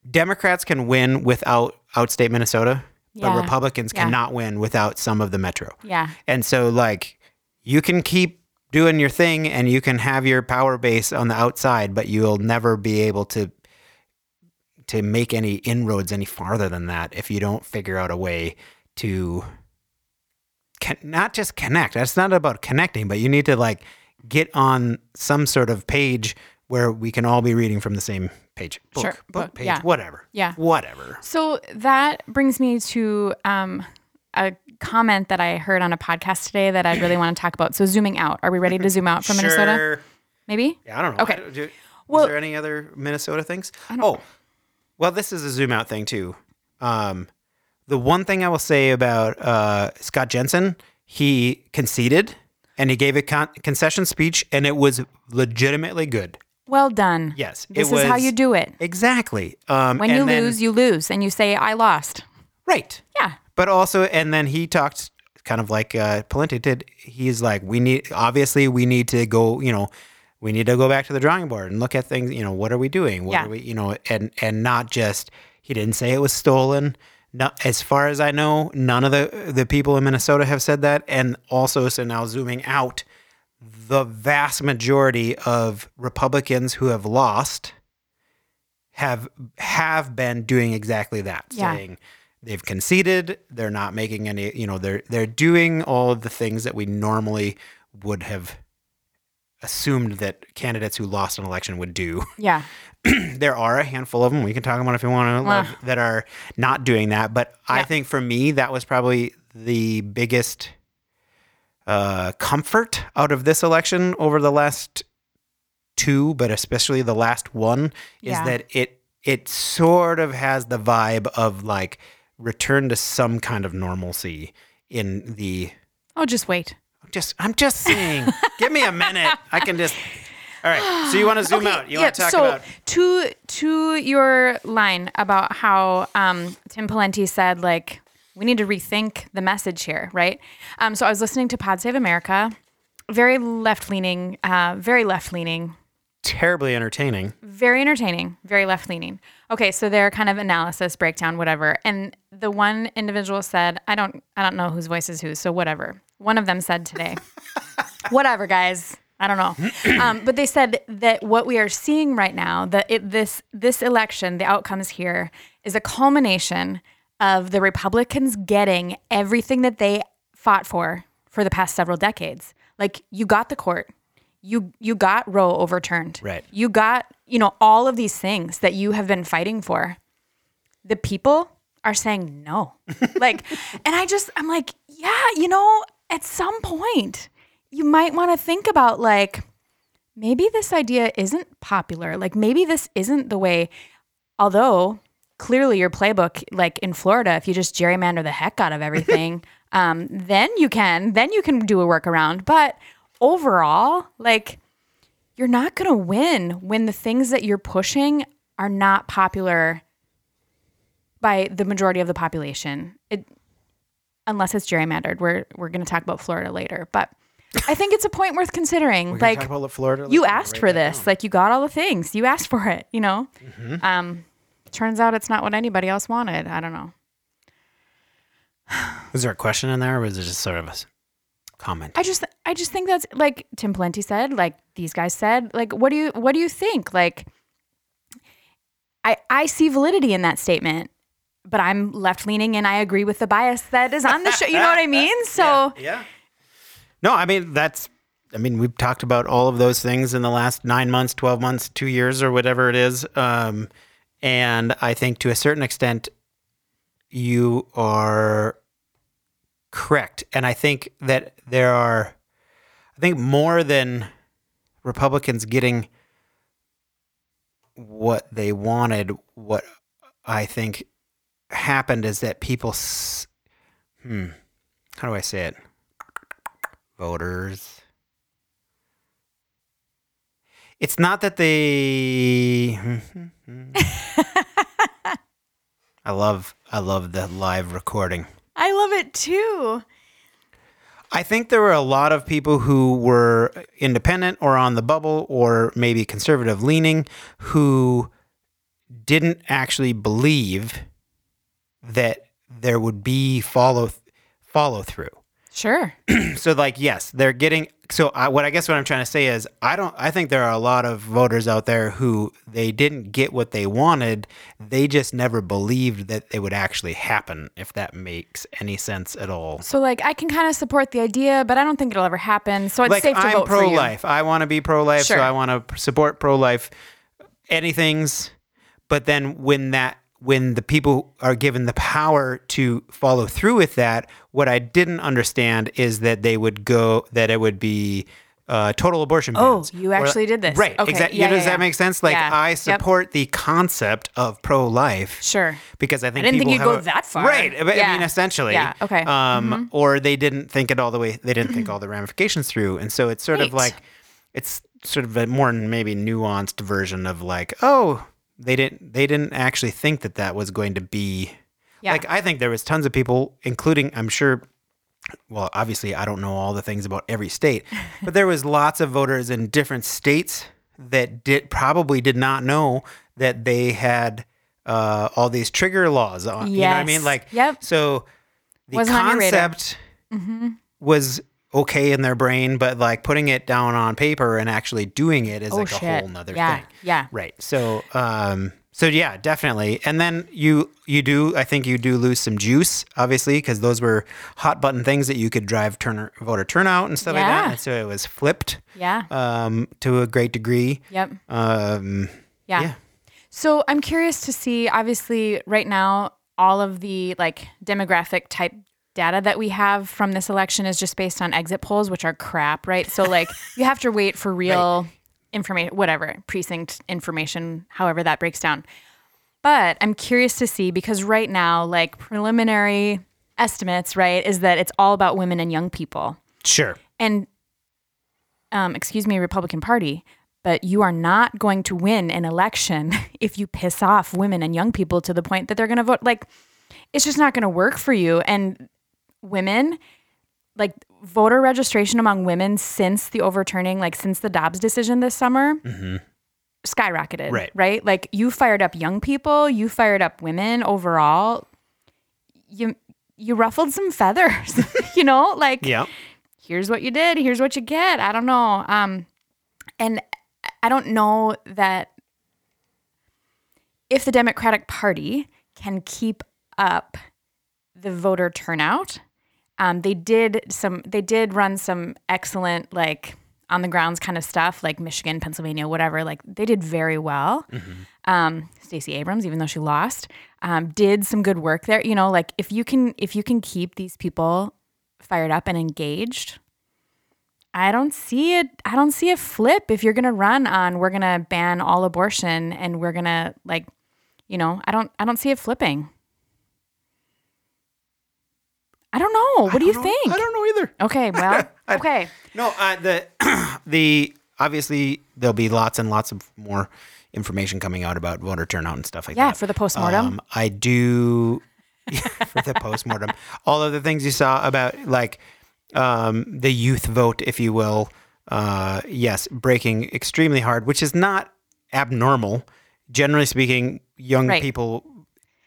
S2: Democrats can win without outstate Minnesota,
S1: Yeah.
S2: but Republicans
S1: Yeah.
S2: cannot win without some of the metro.
S1: Yeah.
S2: And so like you can keep doing your thing and you can have your power base on the outside, but you'll never be able to to make any inroads any farther than that if you don't figure out a way to con- not just connect. That's not about connecting, but you need to like get on some sort of page where we can all be reading from the same page. Book,
S1: Sure,
S2: book,
S1: book,
S2: page,
S1: yeah.
S2: whatever.
S1: Yeah.
S2: Whatever.
S1: So that brings me to um, a comment that I heard on a podcast today that I really want to talk about. So zooming out, are we ready to zoom out from Minnesota?
S2: Sure.
S1: Maybe.
S2: Yeah, I don't know.
S1: Okay.
S2: I- do-
S1: Well-
S2: was there any other Minnesota things? Oh, well, this is a zoom out thing too. Um, the one thing I will say about uh, Scott Jensen, he conceded and he gave a con- concession speech, and it was legitimately good.
S1: Well done.
S2: Yes, it
S1: This is how
S2: was-
S1: you do it.
S2: Exactly. Um,
S1: When
S2: and
S1: you
S2: then-
S1: lose, you lose, and you say, "I lost."
S2: right?
S1: Yeah.
S2: But also, and then he talked kind of like uh, Palenti did. He's like, we need, obviously, we need to go, you know, we need to go back to the drawing board and look at things, you know, what are we doing? What
S1: Yeah.
S2: are we, you know, and, and not just, He didn't say it was stolen. No, as far as I know, none of the the people in Minnesota have said that. And also, so now zooming out, the vast majority of Republicans who have lost have have been doing exactly that,
S1: Yeah.
S2: saying they've conceded, they're not making any, you know, they're they're doing all of the things that we normally would have assumed that candidates who lost an election would do
S1: Yeah.
S2: there are a handful of them we can talk about if you want to love, that are not doing that but i
S1: Yeah.
S2: think for me that was probably the biggest uh, comfort out of this election over the last two but especially the last one
S1: Yeah.
S2: is that it it sort of has the vibe of like return to some kind of normalcy in the
S1: Oh, just wait.
S2: just i'm just saying give me a minute i can just all right so you want to zoom out you
S1: yeah,
S2: want to talk
S1: so
S2: about
S1: to to your line about how um, Tim Pawlenty said like we need to rethink the message here, right? Um, so I was listening to Pod Save America, very left leaning, uh, very left leaning
S2: terribly entertaining
S1: very entertaining, very left leaning. Okay, so their kind of analysis, breakdown, whatever. And the one individual said, I don't I don't know whose voice is whose, so whatever. One of them said today. whatever, guys. I don't know. Um, but they said that what we are seeing right now, that it, this this election, the outcomes here is a culmination of the Republicans getting everything that they fought for for the past several decades. Like you got the court, you you got Roe overturned.
S2: Right.
S1: You got, you know, all of these things that you have been fighting for. The people are saying no. like and I just I'm like, yeah, you know, at some point you might want to think about like maybe this idea isn't popular. Like maybe this isn't the way although clearly your playbook like in Florida if you just gerrymander the heck out of everything um then you can then you can do a workaround but overall like you're not going to win when the things that you're pushing are not popular by the majority of the population. It, unless it's gerrymandered. We're we're going to talk about Florida later, but I think it's a point worth considering.
S2: We're gonna
S1: like
S2: talk about Florida.
S1: you
S2: Let's
S1: asked
S2: write
S1: for
S2: that
S1: this.
S2: down. Mm-hmm.
S1: Like you got all the things. You asked for it, you know? Um turns out it's not what anybody else wanted. I don't know.
S2: was there a question in there, or was it just sort of a s- comment?
S1: I just I just think that's like Tim Plenty said, like these guys said, like what do you what do you think? Like I I see validity in that statement, but I'm left leaning and I agree with the bias that is on the show. You know what I mean? So
S2: yeah. No, I mean that's. I mean, we've talked about all of those things in the last nine months, twelve months, two years, or whatever it is. Um, and I think to a certain extent, you are correct. And I think that there are, I think more than Republicans getting what they wanted, what I think happened is that people, s- hmm, how do I say it? Voters. It's not that they. I love I love the live recording.
S1: I love it too.
S2: I think there were a lot of people who were independent or on the bubble or maybe conservative leaning who didn't actually believe that there would be follow follow through.
S1: Sure.
S2: So like yes, they're getting so I, what I guess what I'm trying to say is I don't I think there are a lot of voters out there who they didn't get what they wanted, they just never believed that it would actually happen if that makes any sense at all.
S1: So like I can kind of support the idea, but I don't think it'll ever happen. So it's
S2: like
S1: safe to
S2: I'm
S1: vote for you.
S2: pro-life. I want to be pro-life,
S1: Sure.
S2: so I want to support pro-life anything's. But then when that when the people are given the power to follow through with that, what I didn't understand is that they would go that it would be uh, total abortion.
S1: Oh,
S2: bans.
S1: you actually did this.
S2: right?
S1: Okay.
S2: Exactly.
S1: Yeah,
S2: does
S1: yeah, yeah.
S2: that make sense? Like
S1: Yeah.
S2: I
S1: Yep.
S2: support the concept of pro-life
S1: Sure.
S2: because I think
S1: didn't think
S2: people
S1: you'd
S2: have
S1: go
S2: a-
S1: that far.
S2: right? I- I
S1: Yeah.
S2: mean, essentially,
S1: Yeah, okay. Mm-hmm.
S2: Um, or they didn't think it all the way. They didn't think all the ramifications through, and so it's sort of
S1: Right.
S2: like it's sort of a more maybe nuanced version of like, oh, they didn't they didn't actually think that that was going to be.
S1: Yeah.
S2: Like I think there was tons of people, including I'm sure well, obviously, I don't know all the things about every state, but there was lots of voters in different states that did probably did not know that they had uh, all these trigger laws on. You know what I
S1: Yes.
S2: mean? Like,
S1: Yep.
S2: so the
S1: Wasn't on your radar. Mm-hmm.
S2: concept was okay in their brain, but like putting it down on paper and actually doing it is
S1: Oh,
S2: like a
S1: shit.
S2: whole nother
S1: Yeah,
S2: thing.
S1: yeah.
S2: Right. So, um, so yeah, definitely. And then you, you do, I think you do lose some juice, obviously, because those were hot button things that you could drive turner, voter turnout and stuff like that.
S1: Yeah.
S2: And so it was flipped
S1: Yeah.
S2: um, to a great degree.
S1: Yep.
S2: Um,
S1: Yeah.
S2: Yeah.
S1: So I'm curious to see, obviously, right now, all of the like demographic type data that we have from this election is just based on exit polls, which are crap, right? So, like, you have to wait for real information, whatever, precinct information, however that breaks down. But I'm curious to see because right now, like, preliminary estimates, right, is that it's all about women and young people
S2: sure.
S1: and um, excuse me, Republican Party, but you are not going to win an election if you piss off women and young people to the point that they're going to vote. Like, it's just not going to work for you. And women, like voter registration among women since the overturning, like since the Dobbs decision this summer, skyrocketed.
S2: Mm-hmm. Right.
S1: Right. Like you fired up young people, you fired up women overall. You you ruffled some feathers, you know, like
S2: Yeah.
S1: here's what you did, here's what you get. I don't know. Um, and I don't know that if the Democratic Party can keep up the voter turnout. Um, they did some. They did run some excellent like on the grounds kind of stuff, like Michigan, Pennsylvania, whatever. Like they did very well. Um, Stacey Abrams, even though she lost, um, did some good work there. You know, like if you can if you can keep these people fired up and engaged. I don't see it. I don't see a flip if you're going to run on we're going to ban all abortion and we're going to like, you know, I don't I don't see it flipping. I don't know. What do you
S2: I don't-
S1: think?
S2: I don't know either.
S1: Okay, well, okay.
S2: No, uh, the the obviously there'll be lots and lots of more information coming out about voter turnout and stuff like
S1: Yeah,
S2: that.
S1: for the postmortem.
S2: Um, I do for the postmortem. All of the things you saw about like um, the youth vote, if you will. Uh, yes, breaking extremely hard, which is not abnormal. Generally speaking, young
S1: Right.
S2: people.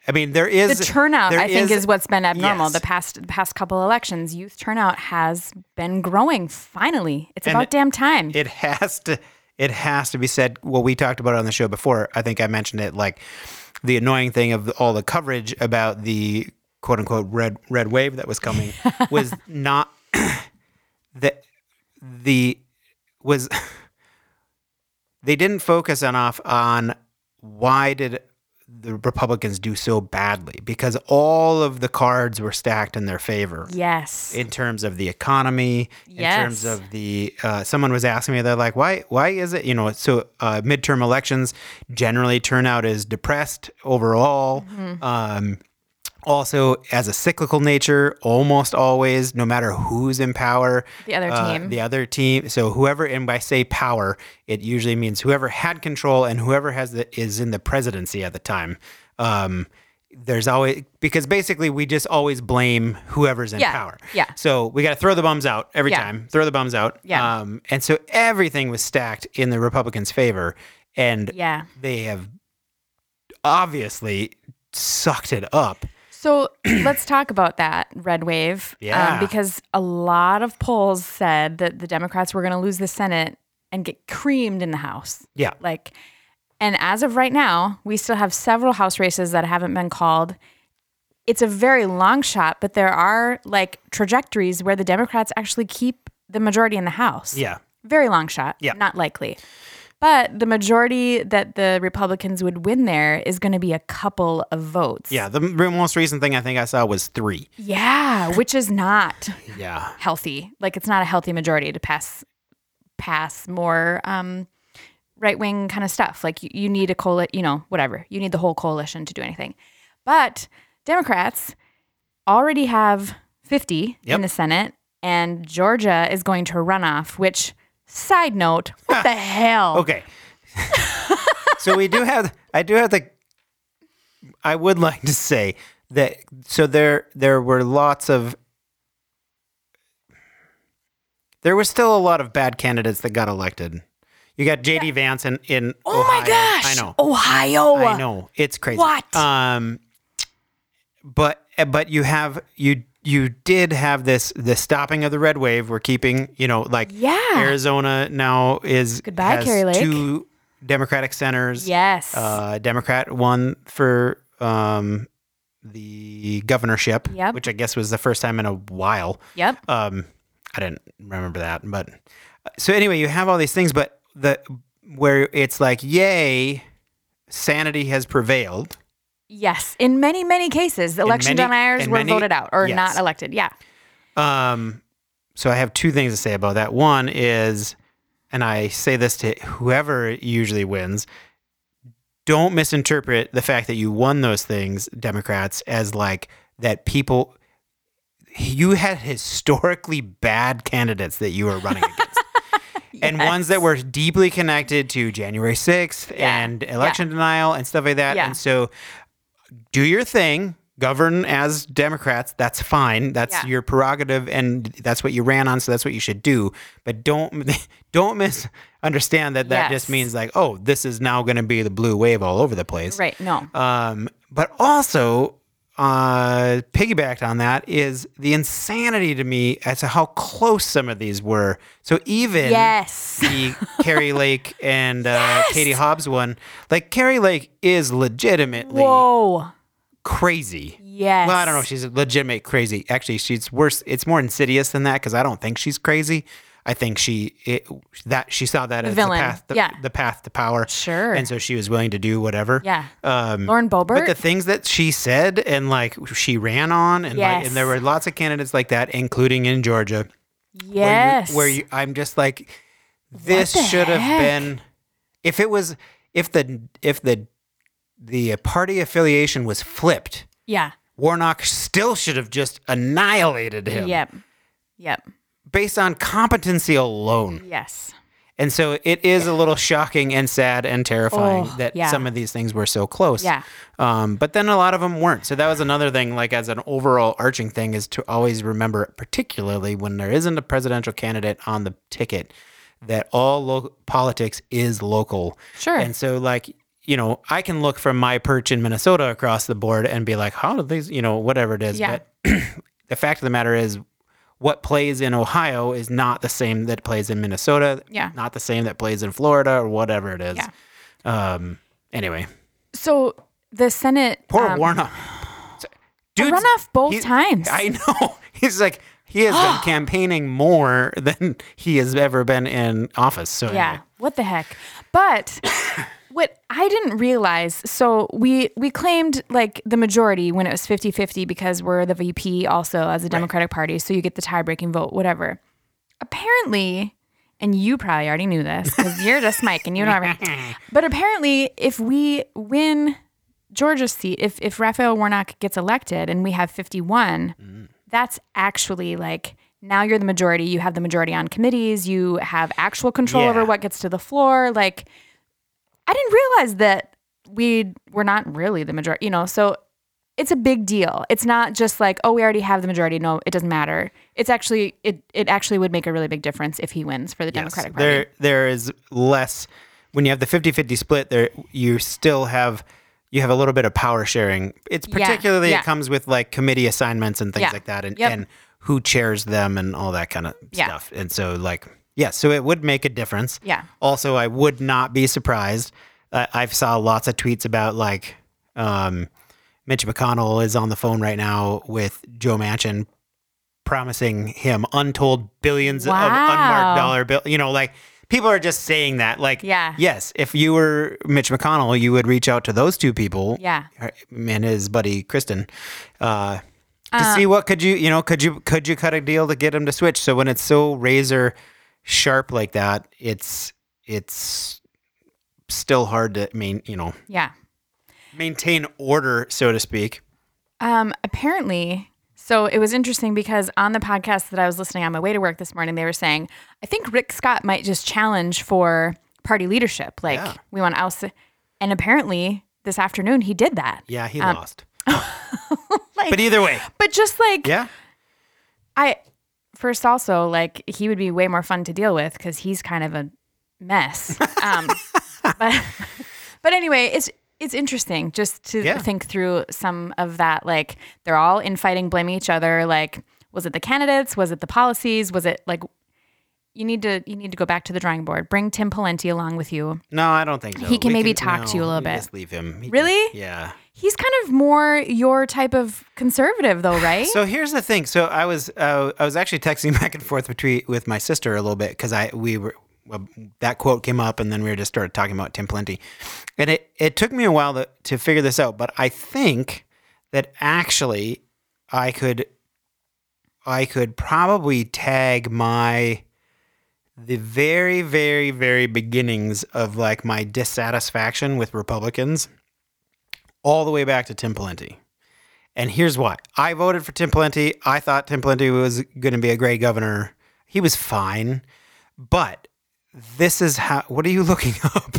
S2: I mean, there is
S1: the turnout
S2: there
S1: i think is what's been abnormal
S2: yes.
S1: the past the past couple elections youth turnout has been growing finally it's
S2: And
S1: about
S2: it-
S1: damn time
S2: it has to it has to be said well we talked about it on the show before i think i mentioned it like the annoying thing of all the coverage about the quote unquote red red wave that was coming was not the the was they didn't focus enough on why did the republicans do so badly because all of the cards were stacked in their favor
S1: yes
S2: in terms of the economy,
S1: Yes.
S2: in terms of the uh, someone was asking me they're like why why is it you know so uh, midterm elections generally turnout is depressed overall.
S1: Mm-hmm.
S2: Um, also, as a cyclical nature, almost always, no matter who's in power,
S1: The other
S2: uh,
S1: team.
S2: the other team. So whoever, and by say power, it usually means whoever had control and whoever has the, is in the presidency at the time. Um, there's always because basically we just always blame whoever's in
S1: Yeah,
S2: power.
S1: yeah.
S2: So we got to throw the bums out every
S1: Yeah.
S2: time. Throw the bums out.
S1: Yeah.
S2: Um, and so everything was stacked in the Republicans' favor, and
S1: yeah
S2: they have obviously sucked it up.
S1: so let's talk about that red wave um,
S2: Yeah.
S1: because a lot of polls said that the democrats were going to lose the senate and get creamed in the house
S2: Yeah.
S1: Like, and as of right now, we still have several house races that haven't been called. It's a very long shot, but there are like trajectories where the Democrats actually keep the majority in the House.
S2: Yeah.
S1: Very long shot.
S2: Yeah.
S1: Not likely. But the majority that the Republicans would win there is going to be a couple of votes.
S2: Yeah. The m- most recent thing I think I saw was three.
S1: Yeah, which is not
S2: Yeah.
S1: healthy. Like it's not a healthy majority to pass pass more um, right wing kind of stuff. Like you, you need a coal, you know, whatever. You need the whole coalition to do anything. But Democrats already have 50
S2: Yep.
S1: in the Senate, and Georgia is going to runoff. Which side note, what the hell?
S2: Okay. so we do have I do have the I would like to say that so there there were lots of there was still a lot of bad candidates that got elected. You got JD Vance in in
S1: Oh
S2: Ohio.
S1: my gosh.
S2: I know.
S1: Ohio.
S2: I know. It's crazy.
S1: What?
S2: Um but but you have you you did have this the stopping of the red wave. We're keeping, you know, like
S1: Yeah.
S2: Arizona now is
S1: Goodbye,
S2: has
S1: Carrie Lake.
S2: two Democratic senators.
S1: Yes.
S2: Uh Democrat one for um the governorship,
S1: Yep.
S2: which I guess was the first time in a while
S1: yep.
S2: um i didn't remember that but uh, so anyway you have all these things but the where it's like yay sanity has prevailed
S1: Yes. In many, many cases, election
S2: many-
S1: deniers
S2: in
S1: were
S2: many-
S1: voted out or
S2: yes.
S1: not elected. Yeah.
S2: um so i have two things to say about that one is and i say this to whoever usually wins don't misinterpret the fact that you won those things democrats as like that people you had historically bad candidates that you were running against and ones that were deeply connected to January 6th
S1: Yeah.
S2: and election denial and stuff like that.
S1: Yeah.
S2: And so do your thing, govern as Democrats. That's fine. That's
S1: Yeah.
S2: your prerogative and that's what you ran on, so that's what you should do. But don't don't misunderstand that that
S1: Yes.
S2: just means like, oh, this is now going to be the blue wave all over the place.
S1: Right. No.
S2: Um, but also, uh, piggybacked on that is the insanity to me as to how close some of these were. So even
S1: Yes.
S2: the Carrie Lake and uh, Katie Hobbs one, like Carrie Lake is legitimately
S1: Whoa.
S2: crazy.
S1: Yes.
S2: Well, I don't know if she's legitimate crazy. Actually, she's worse. It's more insidious than that because I don't think she's crazy. I think she it, that she saw that as
S1: villain.
S2: the path, the,
S1: Yeah.
S2: the path to power.
S1: Sure.
S2: And so she was willing to do whatever.
S1: Yeah.
S2: Um,
S1: Lauren Boebert.
S2: but the things that she said and like she ran on and like,
S1: Yes.
S2: and there were lots of candidates like that, including in Georgia.
S1: yes.
S2: Where you, where you I'm just like, this
S1: the
S2: should have
S1: heck?
S2: been, if it was, if the if the the party affiliation was flipped,
S1: yeah.
S2: Warnock still should have just annihilated him
S1: Yep. Yep.
S2: based on competency alone.
S1: Yes.
S2: And so it is a little shocking and sad and terrifying
S1: Oh,
S2: that
S1: yeah.
S2: some of these things were so close.
S1: Yeah.
S2: Um, but then a lot of them weren't. So that was another thing, like as an overall arching thing, is to always remember, particularly when there isn't a presidential candidate on the ticket, that all lo- politics is local.
S1: Sure.
S2: And so, like, you know, I can look from my perch in Minnesota across the board and be like, how do these, you know, whatever it is.
S1: Yeah.
S2: But the fact of the matter is, what plays in Ohio is not the same that plays in Minnesota.
S1: Yeah.
S2: Not the same that plays in Florida or whatever it is.
S1: Yeah.
S2: Um, anyway,
S1: So the Senate
S2: poor
S1: um,
S2: Warnock. Dude,
S1: runoff both times.
S2: I know. He's like, he has been campaigning more than he has ever been in office. So,
S1: Yeah.
S2: anyway.
S1: What the heck? But what I didn't realize, so we we claimed like the majority when it was 50-50 because we're the VP also as a Democratic Party, so you get the tie-breaking vote, whatever. Apparently, and you probably already knew this because you're just Mike and you know everything. But apparently, if we win Georgia's seat, if if Raphael Warnock gets elected and we have 51, that's actually like now you're the majority. You have the majority on committees. You have actual control over
S2: Yeah.
S1: what gets to the floor. Like, I didn't realize that we were not really the majority. You know, so it's a big deal. It's not just like oh we already have the majority. No, it doesn't matter. It's actually it it actually would make a really big difference if he wins for the
S2: Yes,
S1: Democratic Party.
S2: there there is less when you have the 50-50 split there you still have you have a little bit of power sharing it's
S1: Yeah,
S2: particularly
S1: yeah.
S2: it comes with like committee assignments and things
S1: Yeah,
S2: like that and,
S1: yep.
S2: and who chairs them and all that kind of
S1: Yeah.
S2: stuff and so like yeah so it would make a difference
S1: Yeah.
S2: also i would not be surprised uh, i've saw lots of tweets about like um mitch mcconnell is on the phone right now with joe manchin promising him untold billions of
S1: Wow.
S2: unmarked dollar bill. You know, like people are just saying that. Like,
S1: Yeah.
S2: yes, if you were Mitch McConnell, you would reach out to those two people.
S1: Yeah.
S2: her- and his buddy Kristen, uh, to see what could you, you know, could you could you cut a deal to get him to switch? So when it's so razor sharp like that, it's it's still hard to main, you know,
S1: Yeah.
S2: maintain order, so to speak.
S1: Um, apparently, so it was interesting because on the podcast that I was listening on my way to work this morning, they were saying, I think Rick Scott might just challenge for party leadership. Like,
S2: Yeah.
S1: we want to oust. And apparently, this afternoon, he did that.
S2: Yeah, he lost.
S1: Like,
S2: But either way,
S1: but just like,
S2: yeah.
S1: I first also, like, he would be way more fun to deal with because he's kind of a mess. Um, but but anyway, it's it's interesting just to
S2: Yeah.
S1: think through some of that. Like they're all infighting, blaming each other. Like was it the candidates? Was it the policies? Was it like you need to you need to go back to the drawing board. Bring Tim Pawlenty along with you.
S2: No, I don't think so.
S1: He can
S2: We
S1: maybe talk to you a
S2: no,
S1: little
S2: we
S1: bit.
S2: Just leave him. He-
S1: Really?
S2: Yeah.
S1: He's kind of more your type of conservative, though, right?
S2: So here's the thing. So I was uh, I was actually texting back and forth between with my sister a little bit because I we were well, that quote came up and then we were just started talking about Tim Plenty, and it it took me a while to, to figure this out, but I think that actually I could I could probably tag my the very very very beginnings of like my dissatisfaction with Republicans all the way back to Tim Pawlenty. And here's why. I voted for Tim Pawlenty. I thought Tim Pawlenty was going to be a great governor. He was fine. But this is how What are you looking up?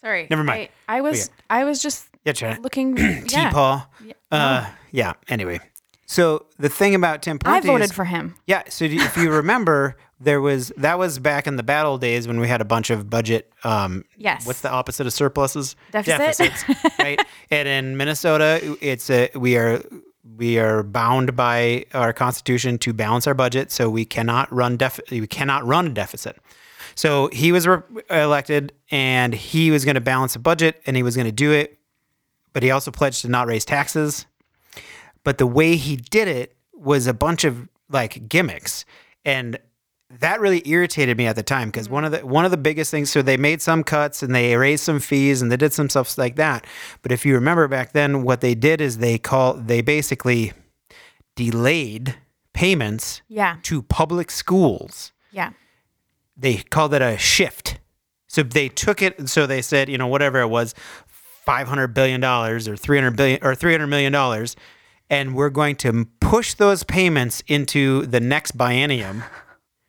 S1: Sorry,
S2: Never mind. Oh,
S1: I, I was I was just
S2: yeah, Chad.
S1: looking.
S2: T.
S1: yeah.
S2: Paul. Uh, yeah, anyway. So the thing about Tim Pawlenty
S1: I voted
S2: is-
S1: for him.
S2: Yeah. So do- if you remember, there was that was back in the battle days when we had a bunch of budget. Um,
S1: Yes.
S2: What's the opposite of surpluses?
S1: Deficit.
S2: Deficits. right. And in Minnesota, it's a we are we are bound by our constitution to balance our budget, so we cannot run def we cannot run a deficit. So he was re- elected, and he was going to balance the budget, and he was going to do it, but he also pledged to not raise taxes but the way he did it was a bunch of like gimmicks and that really irritated me at the time because one of the one of the biggest things so they made some cuts and they raised some fees and they did some stuff like that but if you remember back then what they did is they call they basically delayed payments
S1: Yeah,
S2: to public schools
S1: yeah,
S2: they called it a shift. So they took it. So they said, you know, whatever it was, five hundred billion dollars or three hundred billion or three hundred million dollars, and we're going to push those payments into the next biennium.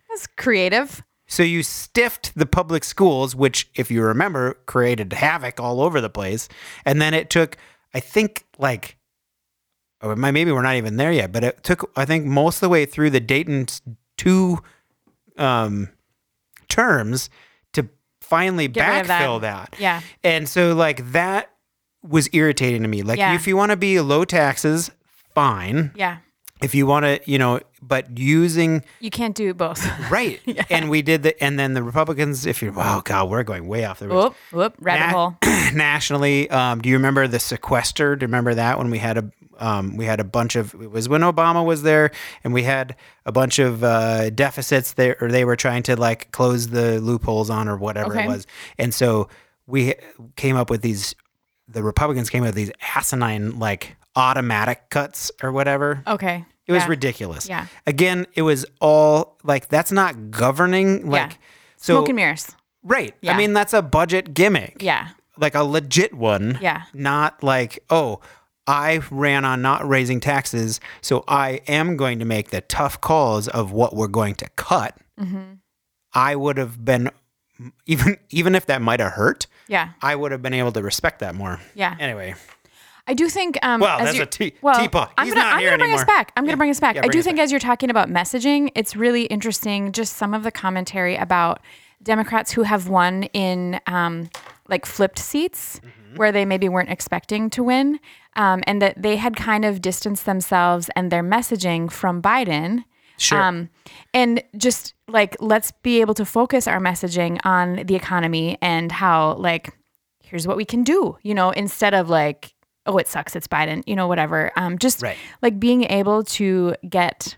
S1: that's creative.
S2: So you stiffed the public schools, which, if you remember, created havoc all over the place. And then it took, I think, like, or it might- maybe we're not even there yet, but it took, I think, most of the way through the Dayton's two um, terms to finally
S1: Get rid of that.
S2: backfill that.
S1: Yeah.
S2: And so, like, that was irritating to me. Like,
S1: Yeah.
S2: if you want to be low taxes, fine.
S1: Yeah,
S2: If you want to, you know, but using
S1: you can't do both.
S2: Right. And we did the, and then the Republicans, if you, wow, God, we're going way off the rails.
S1: whoop, whoop, rabbit
S2: Na-
S1: hole.
S2: nationally, um, do you remember the sequester? Do you remember that when we had a, um, we had a bunch of, it was when Obama was there and we had a bunch of uh, deficits there, or they were trying to like close the loopholes on or whatever
S1: Okay.
S2: it was. And so we came up with these, the Republicans came up with these asinine, like automatic cuts or whatever.
S1: Okay.
S2: It was
S1: yeah.
S2: ridiculous.
S1: Yeah.
S2: Again, it was all like that's not governing. Like so,
S1: Smoke and mirrors.
S2: right?
S1: Yeah.
S2: I mean, that's a budget gimmick.
S1: Yeah.
S2: Like a legit one.
S1: Yeah.
S2: Not like oh, I ran on not raising taxes, so I am going to make the tough calls of what we're going to cut.
S1: Mm-hmm.
S2: I would have been even even if that might have hurt.
S1: Yeah.
S2: I would have been able to respect that more.
S1: Yeah.
S2: Anyway,
S1: I do think. Um,
S2: Well,
S1: as
S2: that's
S1: you-
S2: a tea-
S1: well,
S2: teapot.
S1: I'm
S2: He's
S1: gonna,
S2: not
S1: I'm
S2: here
S1: gonna bring us
S2: anymore.
S1: back. I'm gonna bring us back. I
S2: Yeah, bring
S1: do
S2: us
S1: think as you're talking about messaging, it's really interesting. Just some of the commentary about Democrats who have won in um, like flipped seats
S2: Mm-hmm.
S1: where they maybe weren't expecting to win, um, and that they had kind of distanced themselves and their messaging from Biden.
S2: Sure.
S1: Um, and just like let's be able to focus our messaging on the economy and how like here's what we can do, you know, instead of like oh it sucks it's Biden, you know whatever. Um, just
S2: Right.
S1: like being able to get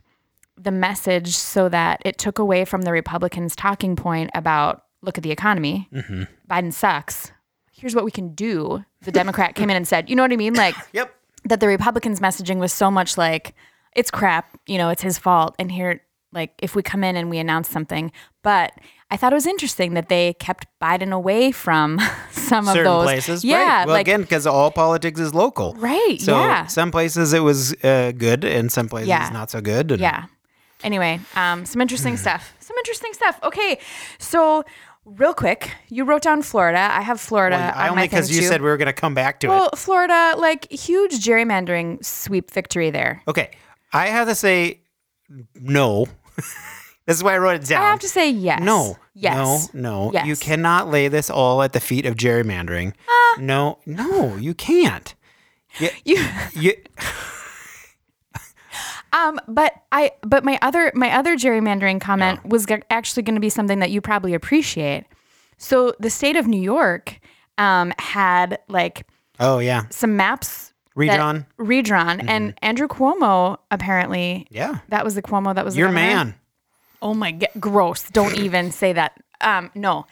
S1: the message so that it took away from the Republicans' talking point about look at the economy, Biden sucks. Here's what we can do. The Democrat came in and said, you know what I mean, like
S2: yep.
S1: that the Republicans' messaging was so much like, it's crap, you know, it's his fault. And here, like, if we come in and we announce something. But I thought it was interesting that they kept Biden away from some
S2: certain
S1: of those
S2: places.
S1: Yeah.
S2: right. well,
S1: like,
S2: again, because all politics is local,
S1: Right,
S2: So
S1: yeah.
S2: some places it was uh, good, and some places
S1: Yeah.
S2: not so good. and-
S1: yeah. Anyway, um, some interesting stuff. Some interesting stuff. Okay. So, real quick, you wrote down Florida. I have Florida.
S2: Well, I
S1: on
S2: only
S1: my thing,
S2: because you
S1: too.
S2: said we were going to come back to
S1: Well, Florida, like, huge gerrymandering sweep victory there.
S2: it. Okay, I have to say no. This is why I wrote it down.
S1: I have to say yes.
S2: No.
S1: Yes.
S2: No, no.
S1: Yes. Uh.
S2: You cannot lay this all at the feet of gerrymandering. no, no, you can't. You,
S1: You,
S2: you,
S1: um, but I, but my other, my other gerrymandering comment was g- actually going to be something that you probably appreciate. So the state of New York, um, had like
S2: oh, yeah.
S1: some maps that-
S2: Redrawn. Mm-hmm.
S1: redrawn, and Andrew Cuomo apparently.
S2: Yeah.
S1: That was the Cuomo that was the
S2: Your
S1: governor.
S2: man.
S1: Oh my god, gross. Don't even say that. Um, no.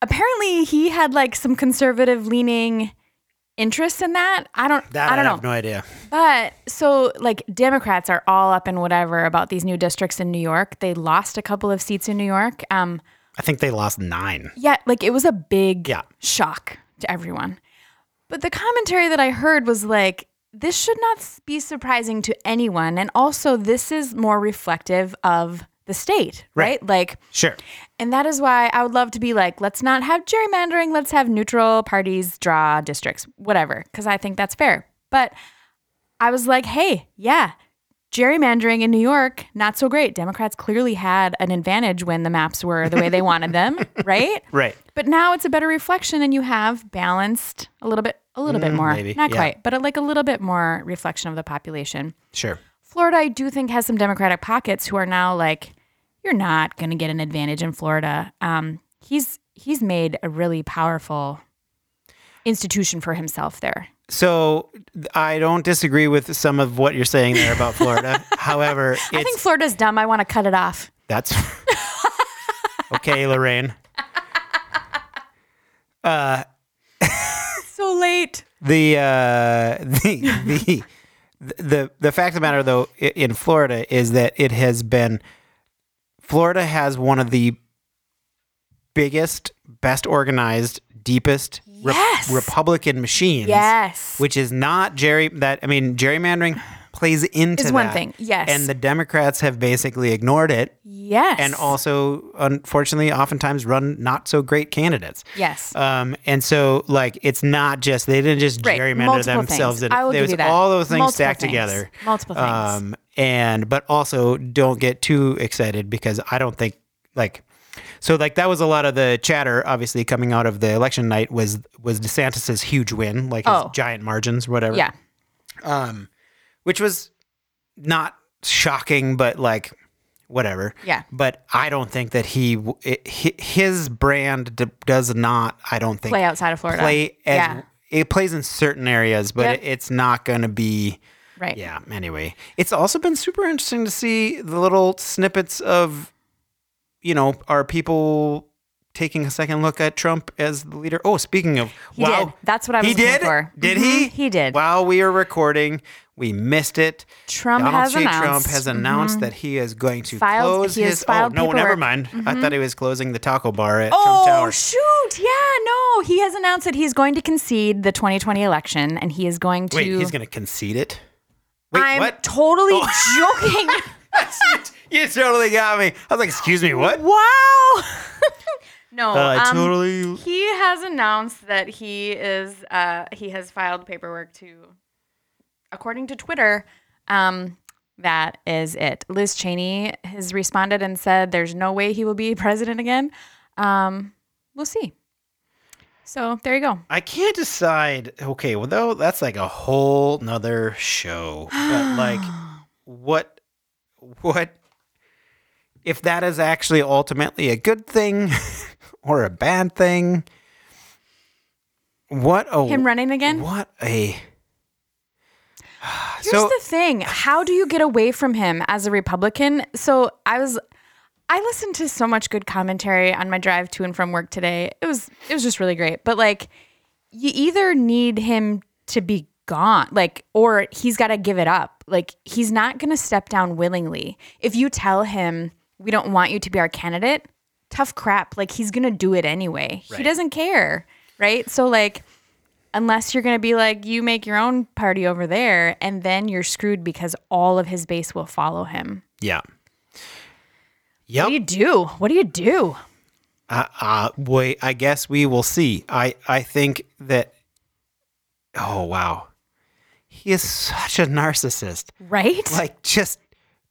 S1: Apparently he had like some conservative leaning interest in that. I don't
S2: That
S1: I don't know.
S2: have no idea.
S1: But so like Democrats are all up in whatever about these new districts in New York. They lost a couple of seats in New York. Um
S2: I think they lost nine.
S1: yeah, like it was a big
S2: Yeah.
S1: shock to everyone. But the commentary that I heard was like, this should not s- be surprising to anyone. And also, this is more reflective of the state,
S2: Right.
S1: right? Like,
S2: Sure.
S1: and that is why I would love to be like, let's not have gerrymandering, let's have neutral parties draw districts, whatever, because I think that's fair. But I was like, hey, yeah, gerrymandering in New York, not so great. Democrats clearly had an advantage when the maps were the way they wanted them, right?
S2: Right.
S1: But now it's a better reflection, and you have balanced a little bit, a little bit more,
S2: Mm, maybe,
S1: not
S2: yeah.
S1: quite, but uh, like a little bit more reflection of the population.
S2: Sure.
S1: Florida, I do think, has some Democratic pockets who are now like, you're not going to get an advantage in Florida. Um, he's he's made a really powerful institution for himself there.
S2: So I don't disagree with some of what you're saying there about Florida. However, it's,
S1: I think Florida's dumb. I want to cut it off.
S2: That's okay, Lorraine.
S1: So late.
S2: The uh, the the the the fact of the matter, though, i- in Florida is that it has been Florida has one of the biggest, best organized, deepest re-
S1: Yes.
S2: Republican machines.
S1: Yes.
S2: which is not Jerry. That I mean, gerrymandering plays into
S1: Is one
S2: that.
S1: thing, yes.
S2: and the Democrats have basically ignored it.
S1: yes.
S2: and also unfortunately oftentimes run not so great candidates.
S1: Yes.
S2: Um, and so like it's not just they didn't just
S1: Right.
S2: gerrymander
S1: Multiple
S2: themselves.
S1: things.
S2: It-
S1: I will
S2: there
S1: give
S2: was
S1: you that.
S2: all those things
S1: Multiple
S2: stacked
S1: things.
S2: together.
S1: Multiple things.
S2: Um, and but also don't get too excited because I don't think like so like that was a lot of the chatter obviously coming out of the election night was was DeSantis's huge win like his
S1: Oh.
S2: giant margins or whatever
S1: yeah.
S2: which was not shocking, but like whatever.
S1: Yeah.
S2: But I don't think that he w- it, hi- his brand d- does not. I don't think
S1: Play outside of Florida.
S2: play as
S1: yeah.
S2: it plays in certain areas, but
S1: Yep.
S2: it, it's not going to be.
S1: Right.
S2: Yeah. Anyway, it's also been super interesting to see the little snippets of, you know, are people taking a second look at Trump as the leader? Oh, speaking of,
S1: He
S2: wow,
S1: did. That's what I
S2: he
S1: was looking
S2: did.
S1: for.
S2: Did
S1: Mhm.
S2: he?
S1: He did.
S2: While we are recording, we missed it.
S1: Trump
S2: Donald
S1: has
S2: J. Trump
S1: announced- Mm-hmm.
S2: has announced that he is going to
S1: Filed-
S2: close
S1: he has
S2: his. Oh
S1: filed
S2: no, never
S1: paperwork. Mm-hmm.
S2: mind. I thought he was closing the taco bar at
S1: Oh
S2: Trump Tower.
S1: shoot! Yeah, no, he has announced that he's going to concede the 2020 election, and he is going to.
S2: Wait, he's going to concede it. Wait,
S1: I'm
S2: what? Oh.
S1: totally joking.
S2: you totally got me. I was like, excuse me, what?
S1: wow. no,
S2: Uh, I
S1: um,
S2: totally.
S1: he has announced that he is. Uh, he has filed paperwork to, according to Twitter. Um, that is it. Liz Cheney has responded and said, "There's no way he will be president again." Um, we'll see. So there you go.
S2: I can't decide. Okay, well, though that's like a whole nother show. But like, what, what, if that is actually ultimately a good thing or a bad thing? What a
S1: Him running again.
S2: What a.
S1: Here's
S2: so
S1: the thing. How do you get away from him as a Republican? So I was I listened to so much good commentary on my drive to and from work today. It was it was just really great. But like you either need him to be gone, like or he's got to give it up. Like he's not going to step down willingly. If you tell him we don't want you to be our candidate, tough crap. Like he's going to do it anyway. He doesn't care, right? So like unless you're going to be like you make your own party over there and then you're screwed because all of his base will follow him
S2: yeah.
S1: what do
S2: Yep.
S1: you do what do you do
S2: Uh, uh, boy, I guess we will see. I I think that. Oh wow, he is such a narcissist.
S1: right
S2: like just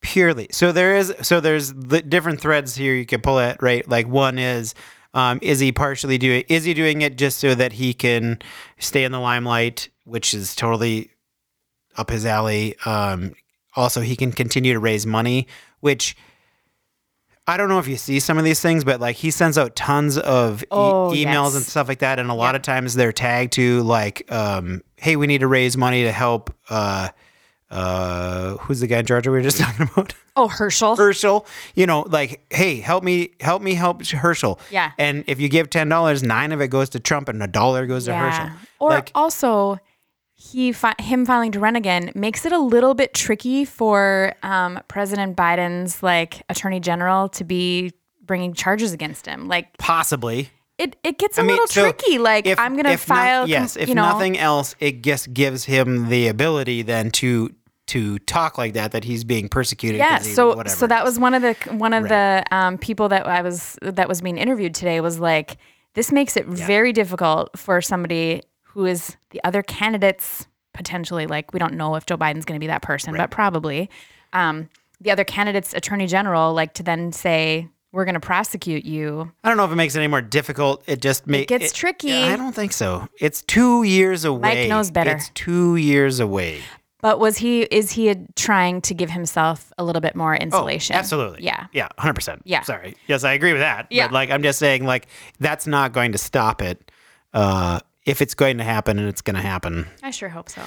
S2: purely so there is so there's the different threads here you can pull at right like one is um, is he partially doing is he doing it just so that he can stay in the limelight which is totally up his alley um, also he can continue to raise money which I don't know if you see some of these things, but like he sends out tons of e-
S1: Oh,
S2: emails
S1: yes.
S2: and stuff like that, and a lot of times they're tagged to like, um, "Hey, we need to raise money to help." Uh, uh, who's the guy in Georgia we were just talking about?
S1: Oh, Herschel.
S2: Herschel, you know, like, hey, help me, help me, help Herschel.
S1: Yeah.
S2: And if you give ten dollars, nine of it goes to Trump, and a dollar goes to Herschel.
S1: Or
S2: like,
S1: also, he fi- him filing to run again makes it a little bit tricky for um, President Biden's like Attorney General to be bringing charges against him. Like
S2: possibly.
S1: it, it gets a
S2: I mean,
S1: little
S2: so
S1: tricky. Like
S2: if-
S1: I'm gonna
S2: if not-
S1: file. com-
S2: yes, if
S1: you know,
S2: nothing else, it just gives him the ability then to to talk like that that he's being persecuted.
S1: Yeah,
S2: 'cause he-
S1: so
S2: whatever.
S1: so that was one of the one of the um, people that I was that was being interviewed today was like, this makes it very difficult for somebody who is the other candidates potentially like we don't know if Joe Biden's going to be that person, but probably um, the other candidates' attorney general like to then say we're going to prosecute you.
S2: I don't know if it makes it any more difficult. It just makes it
S1: gets tricky.
S2: I don't think so. It's two years away.
S1: knows better.
S2: It's two years away.
S1: But was he is he trying to give himself a little bit more insulation?
S2: Oh, Absolutely.
S1: Yeah.
S2: Yeah. Hundred percent.
S1: Yeah.
S2: Sorry. Yes, I agree with that.
S1: Yeah.
S2: But like, I'm just saying, like, that's not going to stop it. Uh, if it's going to happen, and it's going to happen.
S1: I sure hope so.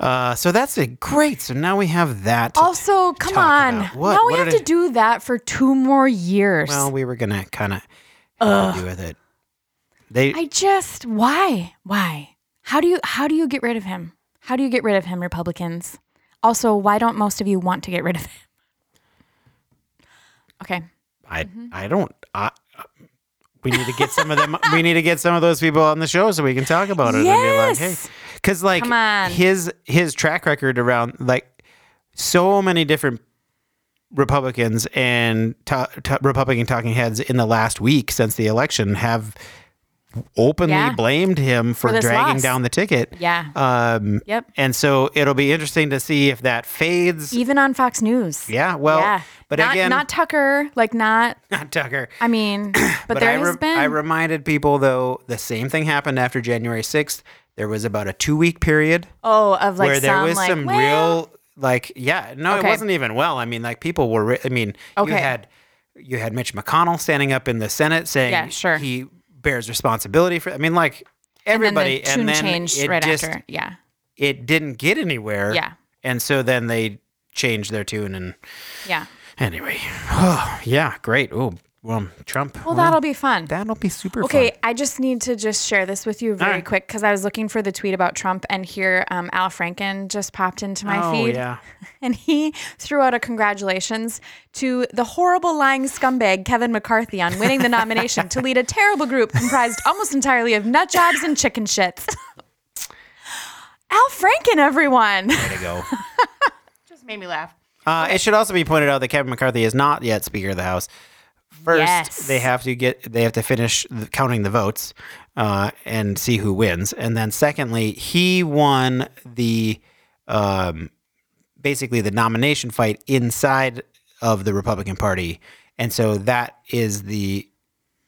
S2: Uh, so that's a great. So now we have that. to-
S1: Also, come
S2: talk
S1: on.
S2: about? What-
S1: Now we
S2: what
S1: have
S2: did
S1: to do that for two more years.
S2: well, we were gonna kind of do with it. They.
S1: I just why? Why? How do you how do you get rid of him? How do you get rid of him, Republicans? Also, why don't most of you want to get rid of him? Okay.
S2: I.
S1: Mm-hmm.
S2: I don't. I, we need to get some of them. we need to get some of those people on the show so we can talk about it and be
S1: Yes.
S2: like, hey, because like
S1: Come on.
S2: his his track record around like so many different Republicans and to, to- Republican talking heads in the last week since the election have openly
S1: Yeah.
S2: blamed him for,
S1: For this
S2: dragging
S1: loss.
S2: down the ticket.
S1: Yeah.
S2: Um,
S1: Yep.
S2: And so it'll be interesting to see if that fades.
S1: Even on Fox News.
S2: Yeah. Well,
S1: yeah.
S2: but
S1: not,
S2: again,
S1: not Tucker, like not
S2: not Tucker.
S1: I mean, but,
S2: But,
S1: there
S2: I,
S1: has
S2: re-
S1: been
S2: I reminded people though the same thing happened after January sixth. There was about a two week period
S1: oh of like
S2: where there
S1: some
S2: was
S1: like
S2: some
S1: well,
S2: real like yeah no
S1: Okay.
S2: it wasn't even well. I mean like people were re- I mean
S1: Okay.
S2: you had you had Mitch McConnell standing up in the Senate saying
S1: Yeah, sure.
S2: he bears responsibility for I mean like everybody
S1: and then the tune changed
S2: it
S1: right
S2: just
S1: after. Yeah.
S2: it didn't get anywhere.
S1: Yeah.
S2: And so then they changed their tune and
S1: Yeah.
S2: anyway. Oh, yeah, great. Oh, well, Trump.
S1: Well, that'll be fun.
S2: that'll be super
S1: Okay,
S2: fun.
S1: I just need to just share this with you very
S2: right.
S1: quick because I was looking for the tweet about Trump, and here um, Al Franken just popped into my
S2: Oh,
S1: feed,
S2: yeah.
S1: and he threw out a congratulations to the horrible lying scumbag Kevin McCarthy on winning the nomination to lead a terrible group comprised almost entirely of nut jobs and chicken shits. Al Franken, everyone,
S2: Way to go.
S1: just made me laugh.
S2: Uh, It should also be pointed out that Kevin McCarthy is not yet Speaker of the House. First,
S1: Yes.
S2: they have to get they have to finish the, counting the votes uh, and see who wins, and then secondly, he won the um, basically the nomination fight inside of the Republican Party, and so that is the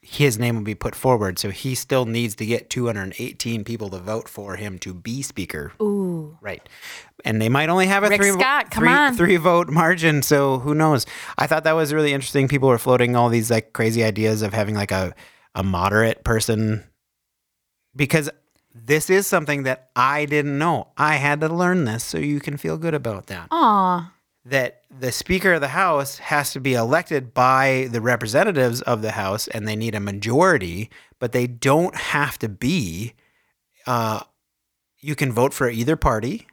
S2: his name will be put forward. So he still needs to get 218 people to vote for him to be Speaker.
S1: Ooh,
S2: Right. And they might only have a
S1: Rick
S2: three, vo-
S1: Scott, come
S2: three-
S1: on.
S2: three vote margin. So who knows? I thought that was really interesting. People were floating all these like crazy ideas of having like a, a moderate person because this is something that I didn't know. I had to learn this so you can feel good about that.
S1: aw,
S2: That the Speaker of the House has to be elected by the representatives of the House and they need a majority, but they don't have to be uh, you can vote for either party,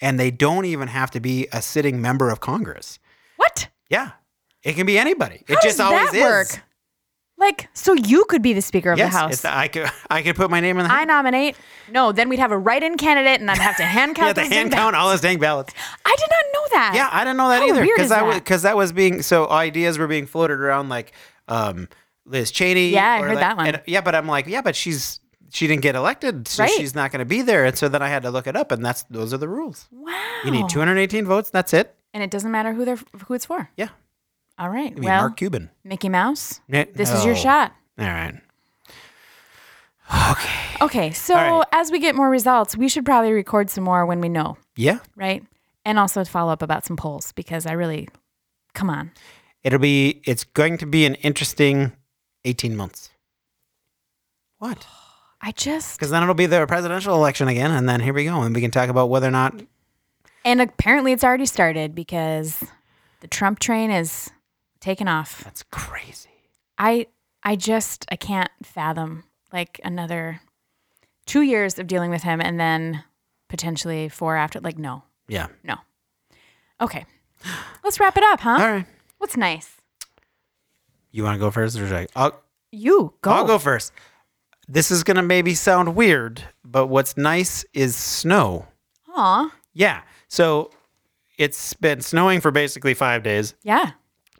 S2: and they don't even have to be a sitting member of Congress.
S1: what?
S2: Yeah, it can be anybody.
S1: How
S2: it just
S1: does
S2: always
S1: that
S2: is.
S1: work? Like, so you could be the Speaker of
S2: Yes,
S1: the House.
S2: it's the- I could I could put my name in the.
S1: I nominate. No, then we'd have a write-in candidate, and I'd have to hand
S2: yeah,
S1: count.
S2: the
S1: those
S2: hand
S1: ding-
S2: count all those dang ballots.
S1: I did not know that.
S2: Yeah, I didn't know that
S1: How
S2: either
S1: weird
S2: because
S1: is
S2: that was
S1: that?
S2: because that was being so ideas were being floated around like um, Liz Cheney.
S1: Yeah, I
S2: or
S1: heard
S2: like-
S1: that one.
S2: and- yeah, but I'm like, yeah, but she's she didn't get elected, so
S1: Right.
S2: she's not going to be there. And so then I had to look it up, and that's those are the rules.
S1: Wow.
S2: You need 218 votes. That's it.
S1: and it doesn't matter who they're who it's for.
S2: Yeah.
S1: All right.
S2: I mean,
S1: well,
S2: Mark Cuban.
S1: Mickey Mouse,
S2: Eh,
S1: this is your
S2: no.
S1: shot.
S2: All right. Okay.
S1: Okay, so
S2: All right.
S1: as we get more results, we should probably record some more when we know,
S2: Yeah.
S1: right? And also follow up about some polls because I really, come on.
S2: It'll be, it's going to be an interesting 18 months. What?
S1: I just,
S2: Because then it'll be the presidential election again. And then here we go. And we can talk about whether or not
S1: and apparently it's already started because the Trump train is taking off.
S2: that's crazy.
S1: I I just I can't fathom like another two years of dealing with him and then potentially four after. Like no,
S2: Yeah.
S1: no. Okay, let's wrap it up, huh?
S2: All right.
S1: What's nice?
S2: You want to go first or should I? I'll,
S1: You go.
S2: I'll go first. This is going to maybe sound weird, but what's nice is snow.
S1: Aw,
S2: Yeah. So it's been snowing for basically five days,
S1: yeah.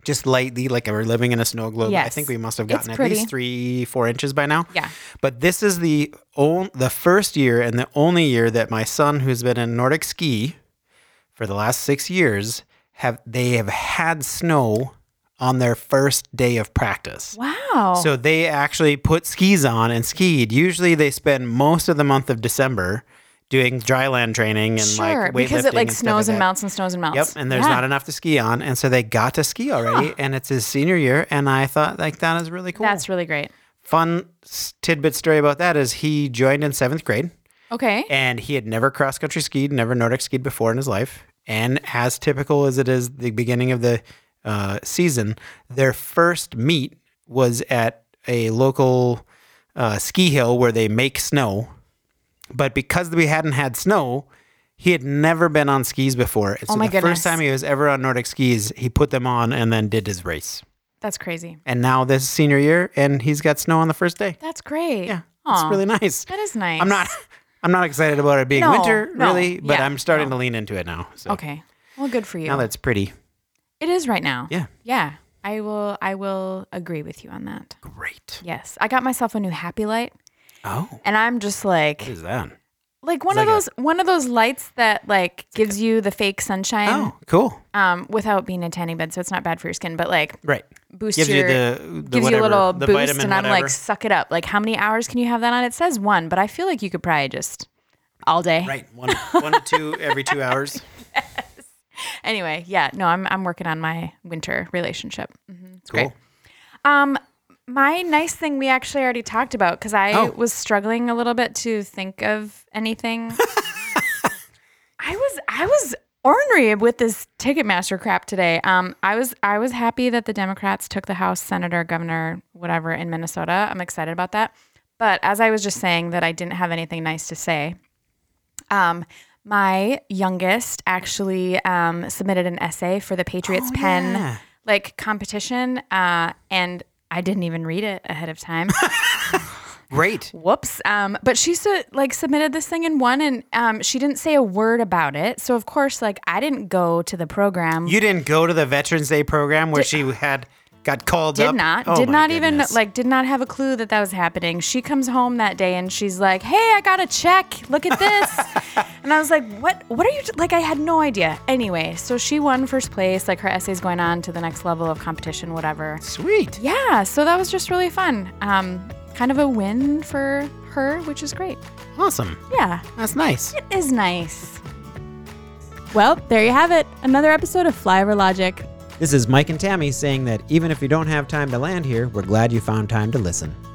S2: just lightly, like we're living in a snow globe. I
S1: Yes.
S2: think we must have
S1: It's
S2: gotten at
S1: pretty.
S2: least three, four inches by now.
S1: Yeah.
S2: But this is the on, the first year and the only year that my son, who's been in Nordic ski for the last six years, have they have had snow on their first day of practice.
S1: Wow.
S2: So they actually put skis on and skied. Usually they spend most of the month of December doing dry land training and
S1: sure,
S2: like weightlifting
S1: because it like
S2: and stuff
S1: snows
S2: like
S1: and
S2: that.
S1: melts and snows and melts.
S2: Yep, and there's
S1: Yeah.
S2: not enough to ski on, and so they got to ski already, and it's his senior year, and I thought like that is really cool.
S1: That's really great.
S2: Fun s- tidbit story about that is he joined in seventh grade,
S1: Okay.
S2: and he had never cross country skied, never Nordic skied before in his life. And as typical as it is the beginning of the uh, season, their first meet was at a local uh, ski hill where they make snow. But because we hadn't had snow, he had never been on skis before. And So
S1: Oh my
S2: the
S1: goodness.
S2: first time he was ever on Nordic skis, he put them on and then did his race.
S1: That's crazy.
S2: And now this is senior year, and he's got snow on the first day.
S1: That's great.
S2: Yeah,
S1: Aw,
S2: it's really nice.
S1: That is nice.
S2: I'm not I'm not excited about it being
S1: No,
S2: winter
S1: no,
S2: really, but
S1: yeah,
S2: I'm starting to lean into it now. So
S1: Okay. Well, good for you.
S2: now that's pretty.
S1: it is right now.
S2: Yeah.
S1: Yeah. I will. I will agree with you on that.
S2: Great.
S1: Yes. I got myself a new happy light,
S2: Oh, what
S1: and I'm just like,
S2: is that?
S1: like one
S2: it's
S1: of
S2: like a-
S1: those, one of those lights that like gives you the fake sunshine,
S2: Oh, cool.
S1: um, without being a tanning bed, so it's not bad for your skin, but like
S2: Right.
S1: boosts
S2: Gives you
S1: your
S2: the, the
S1: gives you
S2: whatever,
S1: a little
S2: the
S1: boost
S2: vitamin
S1: and i'm
S2: whatever.
S1: like suck it up like how many hours can you have that on it says one but i feel like you could probably just all day
S2: right one one to two every two hours.
S1: anyway yeah no i'm, I'm working on my winter relationship Mhm, it's
S2: Cool.
S1: great um my nice thing we actually already talked about because i
S2: Oh.
S1: was struggling a little bit to think of anything i was i was ornery with this ticketmaster crap today um i was i was happy that the democrats took the house senator governor whatever in minnesota i'm excited about that but as i was just saying that i didn't have anything nice to say um my youngest actually um, submitted an essay for the patriots pen
S2: yeah.
S1: like competition uh, and i didn't even read it ahead of time
S2: Great.
S1: whoops um, but she su- like submitted this thing and won and um, she didn't say a word about it so of course like i didn't go to the program
S2: You didn't go to the Veterans Day program where she had got called
S1: did
S2: up.
S1: not
S2: Oh,
S1: did
S2: my
S1: not
S2: goodness.
S1: even like did not have a clue that that was happening she comes home that day and she's like hey i got a check look at this and i was like what what are you t-" like i had no idea anyway so she won first place like her essay's going on to the next level of competition whatever
S2: sweet.
S1: yeah so that was just really fun um kind of a win for her which is great
S2: Awesome.
S1: yeah
S2: That's nice.
S1: it is nice
S3: Well, there you have it. Another episode of Flyover Logic.
S2: This is Mike and Tammy saying that even if you don't have time to land here, we're glad you found time to listen.